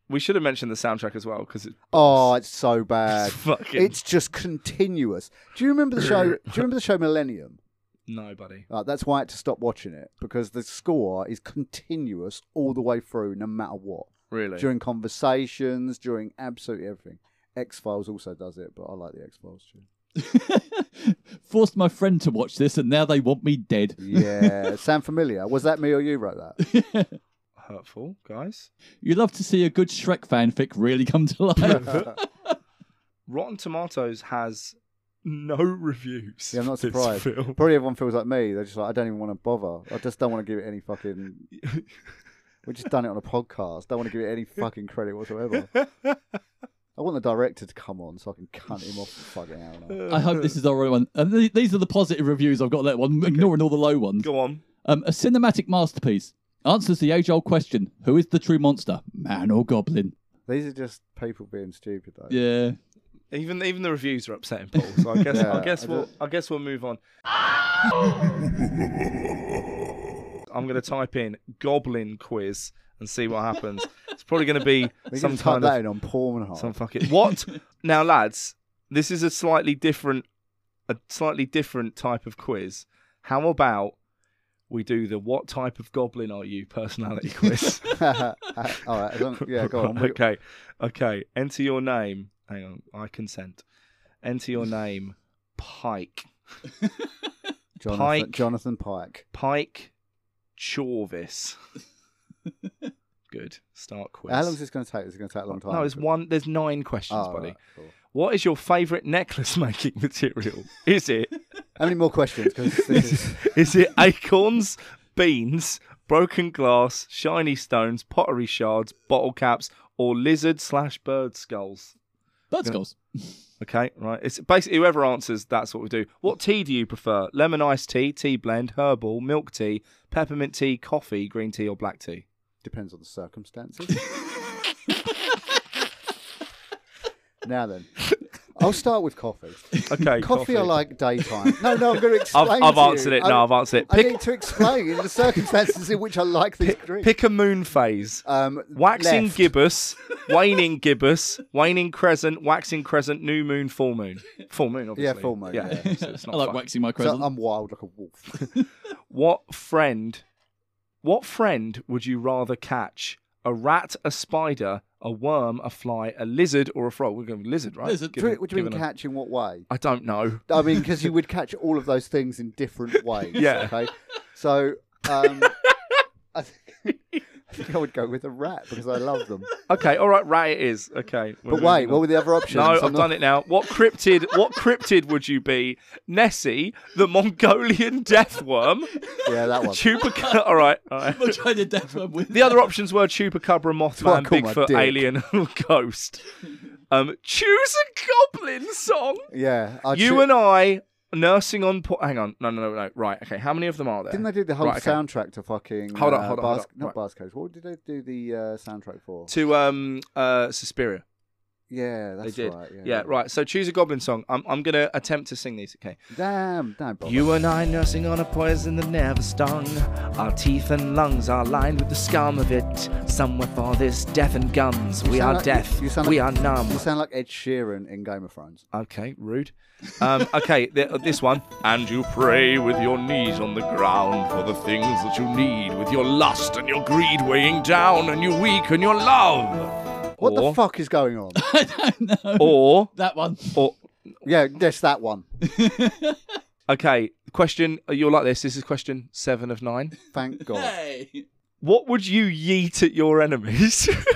[SPEAKER 5] We should have mentioned the soundtrack as well because it's
[SPEAKER 4] Oh, it's so bad.
[SPEAKER 5] fucking
[SPEAKER 4] It's just continuous. Do you remember the show? Do you remember the show Millennium?
[SPEAKER 5] nobody.
[SPEAKER 4] Uh, that's why I had to stop watching it because the score is continuous all the way through, no matter what.
[SPEAKER 5] Really?
[SPEAKER 4] During conversations, during absolutely everything. X Files also does it, but I like the X Files too.
[SPEAKER 6] Forced my friend to watch this, and now they want me dead.
[SPEAKER 4] Yeah, sound familiar? Was that me or you wrote that?
[SPEAKER 5] Hurtful guys.
[SPEAKER 6] You love to see a good Shrek fanfic really come to life.
[SPEAKER 5] Rotten Tomatoes has no reviews.
[SPEAKER 4] Yeah, I'm not
[SPEAKER 5] for this
[SPEAKER 4] surprised.
[SPEAKER 5] film.
[SPEAKER 4] Probably everyone feels like me. They're just like, I don't even want to bother. I just don't want to give it any fucking. We've just done it on a podcast. Don't want to give it any fucking credit whatsoever. I want the director to come on so I can cunt him off for fucking hour. And a half.
[SPEAKER 6] I hope this is the right one. And th- these are the positive reviews I've got. That one, ignoring all the low ones.
[SPEAKER 5] Go on.
[SPEAKER 6] Um, a cinematic masterpiece answers the age-old question: Who is the true monster, man or goblin?
[SPEAKER 4] These are just people being stupid, though.
[SPEAKER 6] Yeah.
[SPEAKER 5] Even even the reviews are upsetting Paul. So I guess I
[SPEAKER 4] Yeah,
[SPEAKER 5] guess
[SPEAKER 4] I
[SPEAKER 5] we'll
[SPEAKER 4] don't-
[SPEAKER 5] I guess we'll move on. I'm gonna type in goblin quiz and see what happens. It's probably gonna be
[SPEAKER 4] We
[SPEAKER 5] some
[SPEAKER 4] can type
[SPEAKER 5] kind
[SPEAKER 4] that
[SPEAKER 5] of
[SPEAKER 4] in on Pornhub.
[SPEAKER 5] some fucking what? now, lads, this is a slightly different a slightly different type of quiz. How about we do the what type of goblin are you personality quiz?
[SPEAKER 4] All right, as long, yeah, go on. We-
[SPEAKER 5] okay, okay. Enter your name. Hang on, I consent. Enter your name, Pike.
[SPEAKER 4] Jonathan,
[SPEAKER 5] Pike.
[SPEAKER 4] Jonathan Pike.
[SPEAKER 5] Pike Chorvis. Good. Start quiz.
[SPEAKER 4] How long is this going to take? Is it going to take a long time?
[SPEAKER 5] No, it's one. There's nine questions,
[SPEAKER 4] Oh,
[SPEAKER 5] buddy.
[SPEAKER 4] right, cool.
[SPEAKER 5] What is your favourite necklace making material? Is it
[SPEAKER 4] How many more questions? 'Cause this is-
[SPEAKER 5] is it acorns, beans, broken glass, shiny stones, pottery shards, bottle caps, or lizard slash bird skulls?
[SPEAKER 6] Bird skulls.
[SPEAKER 5] Okay, right. It's basically whoever answers, that's what we do. What tea do you prefer? Lemon iced tea, tea blend, herbal, milk tea, peppermint tea, coffee, green tea, or black tea?
[SPEAKER 4] Depends on the circumstances. now then, I'll start with coffee.
[SPEAKER 5] Okay,
[SPEAKER 4] coffee, I like daytime. No, no, I'm going to explain.
[SPEAKER 5] I've, I've
[SPEAKER 4] to you.
[SPEAKER 5] answered it. No, I've answered it.
[SPEAKER 4] I
[SPEAKER 5] Pick,
[SPEAKER 4] need to explain the circumstances in which I like these drinks.
[SPEAKER 5] pick a moon phase.
[SPEAKER 4] um,
[SPEAKER 5] Waxing
[SPEAKER 4] left.
[SPEAKER 5] gibbous, waning gibbous, waning crescent, waxing crescent, new moon, full moon. Full moon, obviously.
[SPEAKER 4] Yeah, full moon, yeah.
[SPEAKER 5] so it's
[SPEAKER 6] I
[SPEAKER 5] not
[SPEAKER 6] like
[SPEAKER 5] fun.
[SPEAKER 6] waxing my
[SPEAKER 4] So um,
[SPEAKER 6] crescent.
[SPEAKER 4] I'm wild like a wolf.
[SPEAKER 5] What friend? What friend would you rather catch? A rat, a spider, a worm, a fly, a lizard, or a frog? We're going with lizard, right?
[SPEAKER 6] Lizard.
[SPEAKER 5] Given-
[SPEAKER 4] What do you mean
[SPEAKER 5] given a-
[SPEAKER 4] catch in what way?
[SPEAKER 5] I don't know.
[SPEAKER 4] I mean, because you would catch all of those things in different ways.
[SPEAKER 5] Yeah.
[SPEAKER 4] Okay. So, um, I, think, I think I would go with a rat because I love them.
[SPEAKER 5] Okay, all right, rat it is. Okay, we're
[SPEAKER 4] But
[SPEAKER 5] moving
[SPEAKER 4] wait,
[SPEAKER 5] on.
[SPEAKER 4] what were the other options?
[SPEAKER 5] No,
[SPEAKER 4] I'm
[SPEAKER 5] I've
[SPEAKER 4] not-
[SPEAKER 5] done it now. What cryptid? What cryptid would you be? Nessie, the Mongolian death worm,
[SPEAKER 4] Yeah, that one.
[SPEAKER 5] chupacabra. All right, all right.
[SPEAKER 6] I'm trying to death one with
[SPEAKER 5] The other options were Chupacabra,
[SPEAKER 4] what I
[SPEAKER 5] Mothman,
[SPEAKER 4] call my
[SPEAKER 5] Bigfoot,
[SPEAKER 4] dick.
[SPEAKER 5] Alien, or Ghost. Um, choose a goblin song.
[SPEAKER 4] Yeah, I'd
[SPEAKER 5] you
[SPEAKER 4] choo-
[SPEAKER 5] and I nursing on. Po- hang on, no, no, no, no. Right, okay. How many of them are there?
[SPEAKER 4] Didn't they do the whole
[SPEAKER 5] Right, okay.
[SPEAKER 4] soundtrack to fucking?
[SPEAKER 5] Hold on,
[SPEAKER 4] uh,
[SPEAKER 5] hold on,
[SPEAKER 4] Bas-
[SPEAKER 5] hold on.
[SPEAKER 4] Not
[SPEAKER 5] Right.
[SPEAKER 4] Bars Codes. What did they do the uh, soundtrack for?
[SPEAKER 5] to um uh Suspiria?
[SPEAKER 4] Yeah, that's
[SPEAKER 5] they did.
[SPEAKER 4] right. Yeah.
[SPEAKER 5] right. So choose a goblin song. I'm I'm gonna attempt to sing these. Okay.
[SPEAKER 4] Damn, damn. Bother.
[SPEAKER 5] You and I nursing on a poison that never stung. Our teeth and lungs are lined with the scum of it. Somewhere for this death and gums.
[SPEAKER 4] You
[SPEAKER 5] we
[SPEAKER 4] sound
[SPEAKER 5] are
[SPEAKER 4] like-
[SPEAKER 5] deaf.
[SPEAKER 4] you- you sound
[SPEAKER 5] we
[SPEAKER 4] like-
[SPEAKER 5] are numb.
[SPEAKER 4] You sound like Ed Sheeran in Game of Thrones.
[SPEAKER 5] Okay, rude. Um, okay, th- this one. And you pray with your knees on the ground for the things that you need, with your lust and your greed weighing down, and you weaken your love.
[SPEAKER 4] What
[SPEAKER 5] or,
[SPEAKER 4] the fuck is going on?
[SPEAKER 5] Or,
[SPEAKER 6] that one.
[SPEAKER 5] or,
[SPEAKER 4] yeah, that's that one.
[SPEAKER 5] okay, question. uh, You're like this. This is question seven of nine.
[SPEAKER 4] Thank God.
[SPEAKER 6] Hey.
[SPEAKER 5] What would you yeet at your enemies?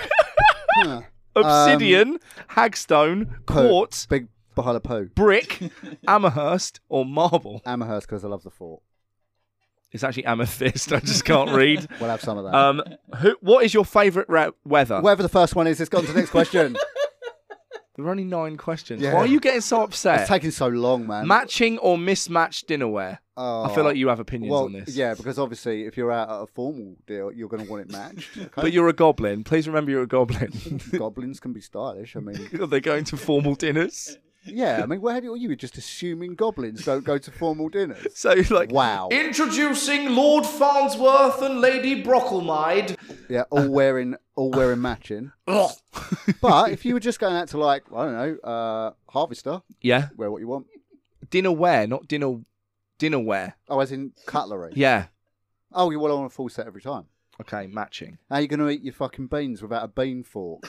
[SPEAKER 4] Huh.
[SPEAKER 5] Obsidian, hagstone,
[SPEAKER 4] Poo.
[SPEAKER 5] quartz,
[SPEAKER 4] Big pile of poo.
[SPEAKER 5] brick, amherst, or marble.
[SPEAKER 4] Amherst, because I love the fort.
[SPEAKER 5] It's actually amethyst. I just can't read.
[SPEAKER 4] We'll have some of that.
[SPEAKER 5] Um, who, what is your favourite re- weather?
[SPEAKER 4] Whatever the first one is, let's go on to the next question.
[SPEAKER 5] There are only nine questions.
[SPEAKER 4] Yeah.
[SPEAKER 5] Why are you getting so
[SPEAKER 4] it's
[SPEAKER 5] upset?
[SPEAKER 4] taking so long, man.
[SPEAKER 5] Matching or mismatched dinnerware?
[SPEAKER 4] Oh.
[SPEAKER 5] I feel like you have opinions
[SPEAKER 4] well,
[SPEAKER 5] on this.
[SPEAKER 4] yeah, because obviously, if you're out at a formal deal, you're going to want it matched. Okay?
[SPEAKER 5] But you're a goblin. Please remember you're a goblin.
[SPEAKER 4] goblins can be stylish. I mean,
[SPEAKER 5] Are they going to formal dinners?
[SPEAKER 4] yeah, I mean, where do you were just assuming goblins don't go to formal dinners?
[SPEAKER 5] So like
[SPEAKER 4] Wow.
[SPEAKER 5] Introducing Lord Farnsworth and Lady Brocklemide.
[SPEAKER 4] Yeah, all wearing all wearing matching. But if you were just going out to like I don't know, uh, Harvester,
[SPEAKER 5] yeah.
[SPEAKER 4] wear what you want.
[SPEAKER 5] Dinnerware, not dinner dinnerware.
[SPEAKER 4] Oh, as in cutlery.
[SPEAKER 5] Yeah.
[SPEAKER 4] Oh, you well on a full set every time.
[SPEAKER 5] Okay, matching.
[SPEAKER 4] How you going to eat your fucking beans without a bean fork?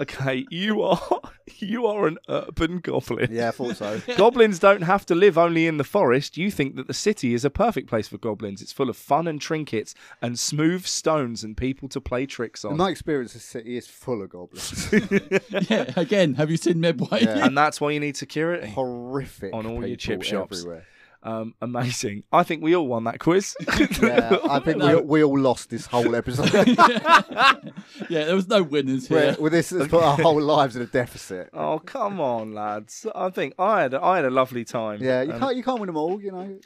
[SPEAKER 5] Okay, you are you are an urban goblin.
[SPEAKER 4] yeah, I thought so.
[SPEAKER 5] Goblins don't have to live only in the forest. You think that the city is a perfect place for goblins. It's full of fun and trinkets and smooth stones and people to play tricks
[SPEAKER 4] In
[SPEAKER 5] on.
[SPEAKER 4] my experience, the city is full of goblins.
[SPEAKER 6] yeah, again, have you seen Medway?
[SPEAKER 4] Yeah.
[SPEAKER 5] and that's why you need security.
[SPEAKER 4] Horrific
[SPEAKER 5] On all your chip
[SPEAKER 4] people
[SPEAKER 5] shops.
[SPEAKER 4] everywhere.
[SPEAKER 5] Um, amazing. I think we all won that quiz.
[SPEAKER 4] Yeah, I think we, we all lost this whole episode.
[SPEAKER 6] yeah, there was no winners
[SPEAKER 4] Where
[SPEAKER 6] here.
[SPEAKER 4] where this has put our whole lives in a deficit.
[SPEAKER 5] oh come on, lads! I think I had I had a lovely time.
[SPEAKER 4] Yeah, you
[SPEAKER 5] Um,
[SPEAKER 4] can't you can't win them all. You know,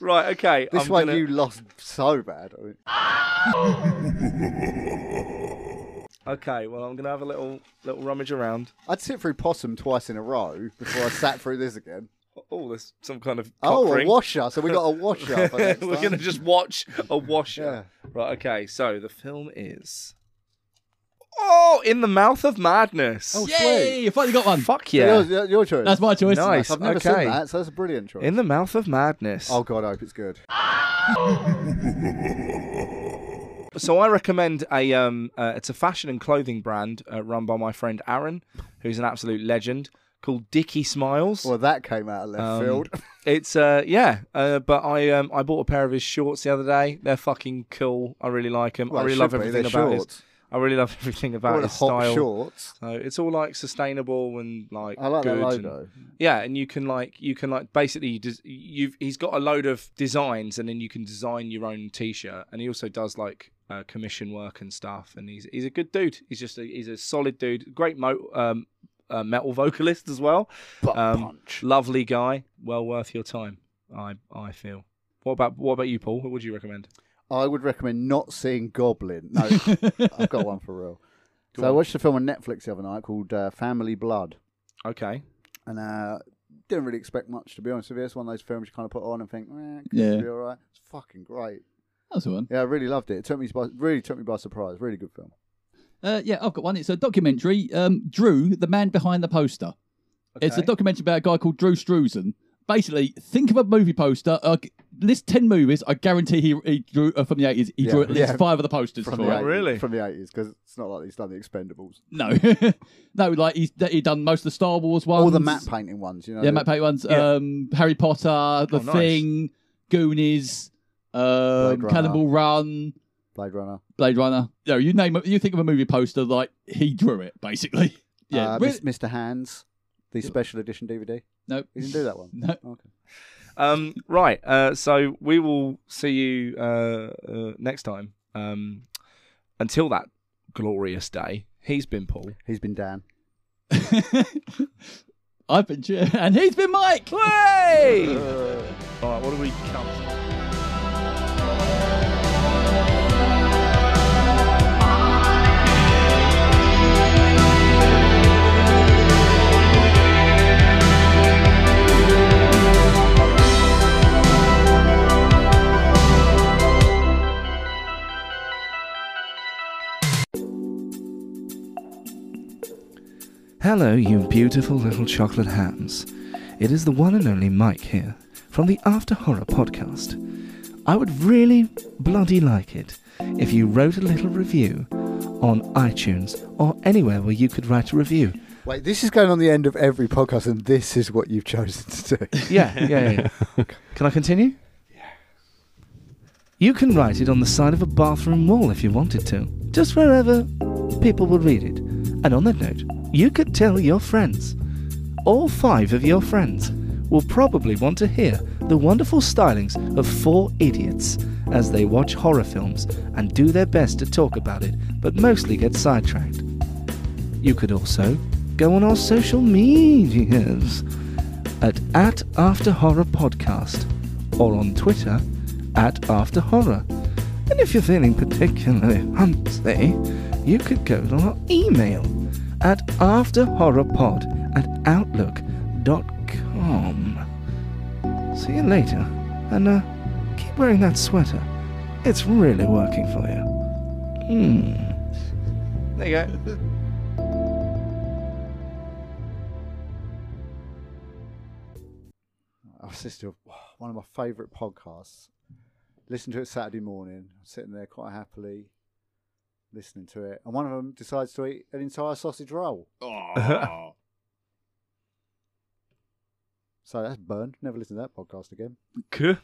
[SPEAKER 5] Right. Okay.
[SPEAKER 4] this
[SPEAKER 5] I'm
[SPEAKER 4] one
[SPEAKER 5] gonna-
[SPEAKER 4] you lost so bad. I mean,
[SPEAKER 5] Okay. Well, I'm gonna have a little little rummage around.
[SPEAKER 4] I'd sit through possum twice in a row before I sat through this again.
[SPEAKER 5] Oh, there's some kind of
[SPEAKER 4] Oh,
[SPEAKER 5] cock
[SPEAKER 4] a
[SPEAKER 5] ring.
[SPEAKER 4] washer. So we got a washer. For next
[SPEAKER 5] We're
[SPEAKER 4] time.
[SPEAKER 5] gonna just watch a washer. Right. Okay. So the film is. Oh, in the mouth of madness.
[SPEAKER 4] Oh,
[SPEAKER 6] Yay! I finally got one.
[SPEAKER 5] fuck
[SPEAKER 4] So
[SPEAKER 5] yeah!
[SPEAKER 4] yours- Your, your choice.
[SPEAKER 6] That's my choice.
[SPEAKER 5] Nice.
[SPEAKER 4] I've never
[SPEAKER 5] okay.
[SPEAKER 4] seen that, so that's a brilliant choice.
[SPEAKER 5] In the mouth of madness.
[SPEAKER 4] Oh God, I hope it's good.
[SPEAKER 5] So I recommend a um, uh, it's a fashion and clothing brand uh, run by my friend Aaron, who's an absolute legend, called Dicky Smiles.
[SPEAKER 4] Well, that came out of left
[SPEAKER 5] Um,
[SPEAKER 4] field.
[SPEAKER 5] It's uh, yeah, uh, but I um, I bought a pair of his shorts the other day. They're fucking cool. I really like them.
[SPEAKER 4] Well,
[SPEAKER 5] I
[SPEAKER 4] it
[SPEAKER 5] really love
[SPEAKER 4] should be,
[SPEAKER 5] everything
[SPEAKER 4] they're
[SPEAKER 5] about his.
[SPEAKER 4] shorts.
[SPEAKER 5] I really love everything
[SPEAKER 4] All
[SPEAKER 5] about
[SPEAKER 4] the
[SPEAKER 5] his
[SPEAKER 4] hot
[SPEAKER 5] style.
[SPEAKER 4] shorts.
[SPEAKER 5] So it's all like sustainable and like
[SPEAKER 4] I like
[SPEAKER 5] good
[SPEAKER 4] that
[SPEAKER 5] and-
[SPEAKER 4] logo.
[SPEAKER 5] yeah, and you can like you can like basically you des- you've he's got a load of designs, and then you can design your own T-shirt. And he also does like uh, commission work and stuff. And he's he's a good dude. He's just a, he's a solid dude. Great mo- um, uh, metal vocalist as well.
[SPEAKER 4] Butt
[SPEAKER 5] Um,
[SPEAKER 4] punch.
[SPEAKER 5] Lovely guy. Well worth your time. I I feel. What about what about you, Paul? What would you recommend?
[SPEAKER 4] I would recommend not seeing Goblin. No, I've got one for real. so I watched a film on Netflix the other night called uh, Family Blood,
[SPEAKER 5] Okay.
[SPEAKER 4] and uh, didn't really expect much to be honest with you. It's one of those films you kind of put on and think, eh, it could
[SPEAKER 6] Yeah.
[SPEAKER 4] be all right. It's fucking great.
[SPEAKER 6] That's the one.
[SPEAKER 4] Yeah, I really loved it. It took me by, really took me by surprise. Really good film.
[SPEAKER 6] Uh, yeah, I've got one. It's a documentary. Um, Drew, the man behind the poster. It's a
[SPEAKER 5] Okay.
[SPEAKER 6] documentary about a guy called Drew Struzan. Basically, think of a movie poster. Uh, g- list ten movies. I guarantee he, he drew uh, from the eighties. He
[SPEAKER 4] Yeah.
[SPEAKER 6] drew at least
[SPEAKER 4] Yeah.
[SPEAKER 6] five of the posters
[SPEAKER 4] From
[SPEAKER 6] for
[SPEAKER 4] the
[SPEAKER 6] it.
[SPEAKER 4] 80s
[SPEAKER 5] really?
[SPEAKER 4] From the eighties, because it's not like he's done the Expendables.
[SPEAKER 6] No, no, like he's he done most of the Star Wars ones.
[SPEAKER 4] All the map painting ones, Oh, you know.
[SPEAKER 6] Yeah,
[SPEAKER 4] the
[SPEAKER 6] Matt Pate ones.
[SPEAKER 5] Yeah.
[SPEAKER 6] Um, Harry Potter, The
[SPEAKER 5] nice.
[SPEAKER 6] Thing, Goonies, um,
[SPEAKER 4] Runner.
[SPEAKER 6] Cannibal Run,
[SPEAKER 4] Blade Runner.
[SPEAKER 6] Blade Runner. No, you name it. You think of a movie poster like he drew it, basically. Yeah,
[SPEAKER 4] uh,
[SPEAKER 6] really-
[SPEAKER 4] Miss- Mr. Hands, the special edition DVD.
[SPEAKER 6] no,
[SPEAKER 4] You didn't do that one.
[SPEAKER 6] no.
[SPEAKER 4] Okay.
[SPEAKER 5] Um, right. Uh, so we will see you uh, uh, next time. Um, until that glorious day, he's been Paul.
[SPEAKER 4] He's been Dan.
[SPEAKER 6] I've been Jim, and he's been Mike.
[SPEAKER 5] Hey! All right. What do we count? Hello, you beautiful little chocolate hams. It is the one and only Mike here from the After Horror podcast. I would really bloody like it if you wrote a little review on iTunes or anywhere where you could write a review.
[SPEAKER 4] Wait, this is going on the end of every podcast, and this is what you've chosen to do.
[SPEAKER 5] Yeah, yeah, yeah. yeah. Can I continue? Yeah. You can write it on the side of a bathroom wall if you wanted to, just wherever people will read it. And on that note, you could tell your friends. All five of your friends will probably want to hear the wonderful stylings of four idiots as they watch horror films and do their best to talk about it, but mostly get sidetracked. You could also go on our social medias at, at After Horror Podcast or on Twitter at After Horror. And if you're feeling particularly hunty, you could go to our email at afterhorrorpod at outlook.com. See you later, and uh, keep wearing that sweater. It's really working for you. Mm. There you go.
[SPEAKER 4] I was listening to one of my favourite podcasts. Listened to it Saturday morning. I'm sitting there quite happily listening to it. And one of them decides to eat an entire sausage roll.
[SPEAKER 6] Oh.
[SPEAKER 4] So that's burned. Never listen to that podcast again.
[SPEAKER 5] K-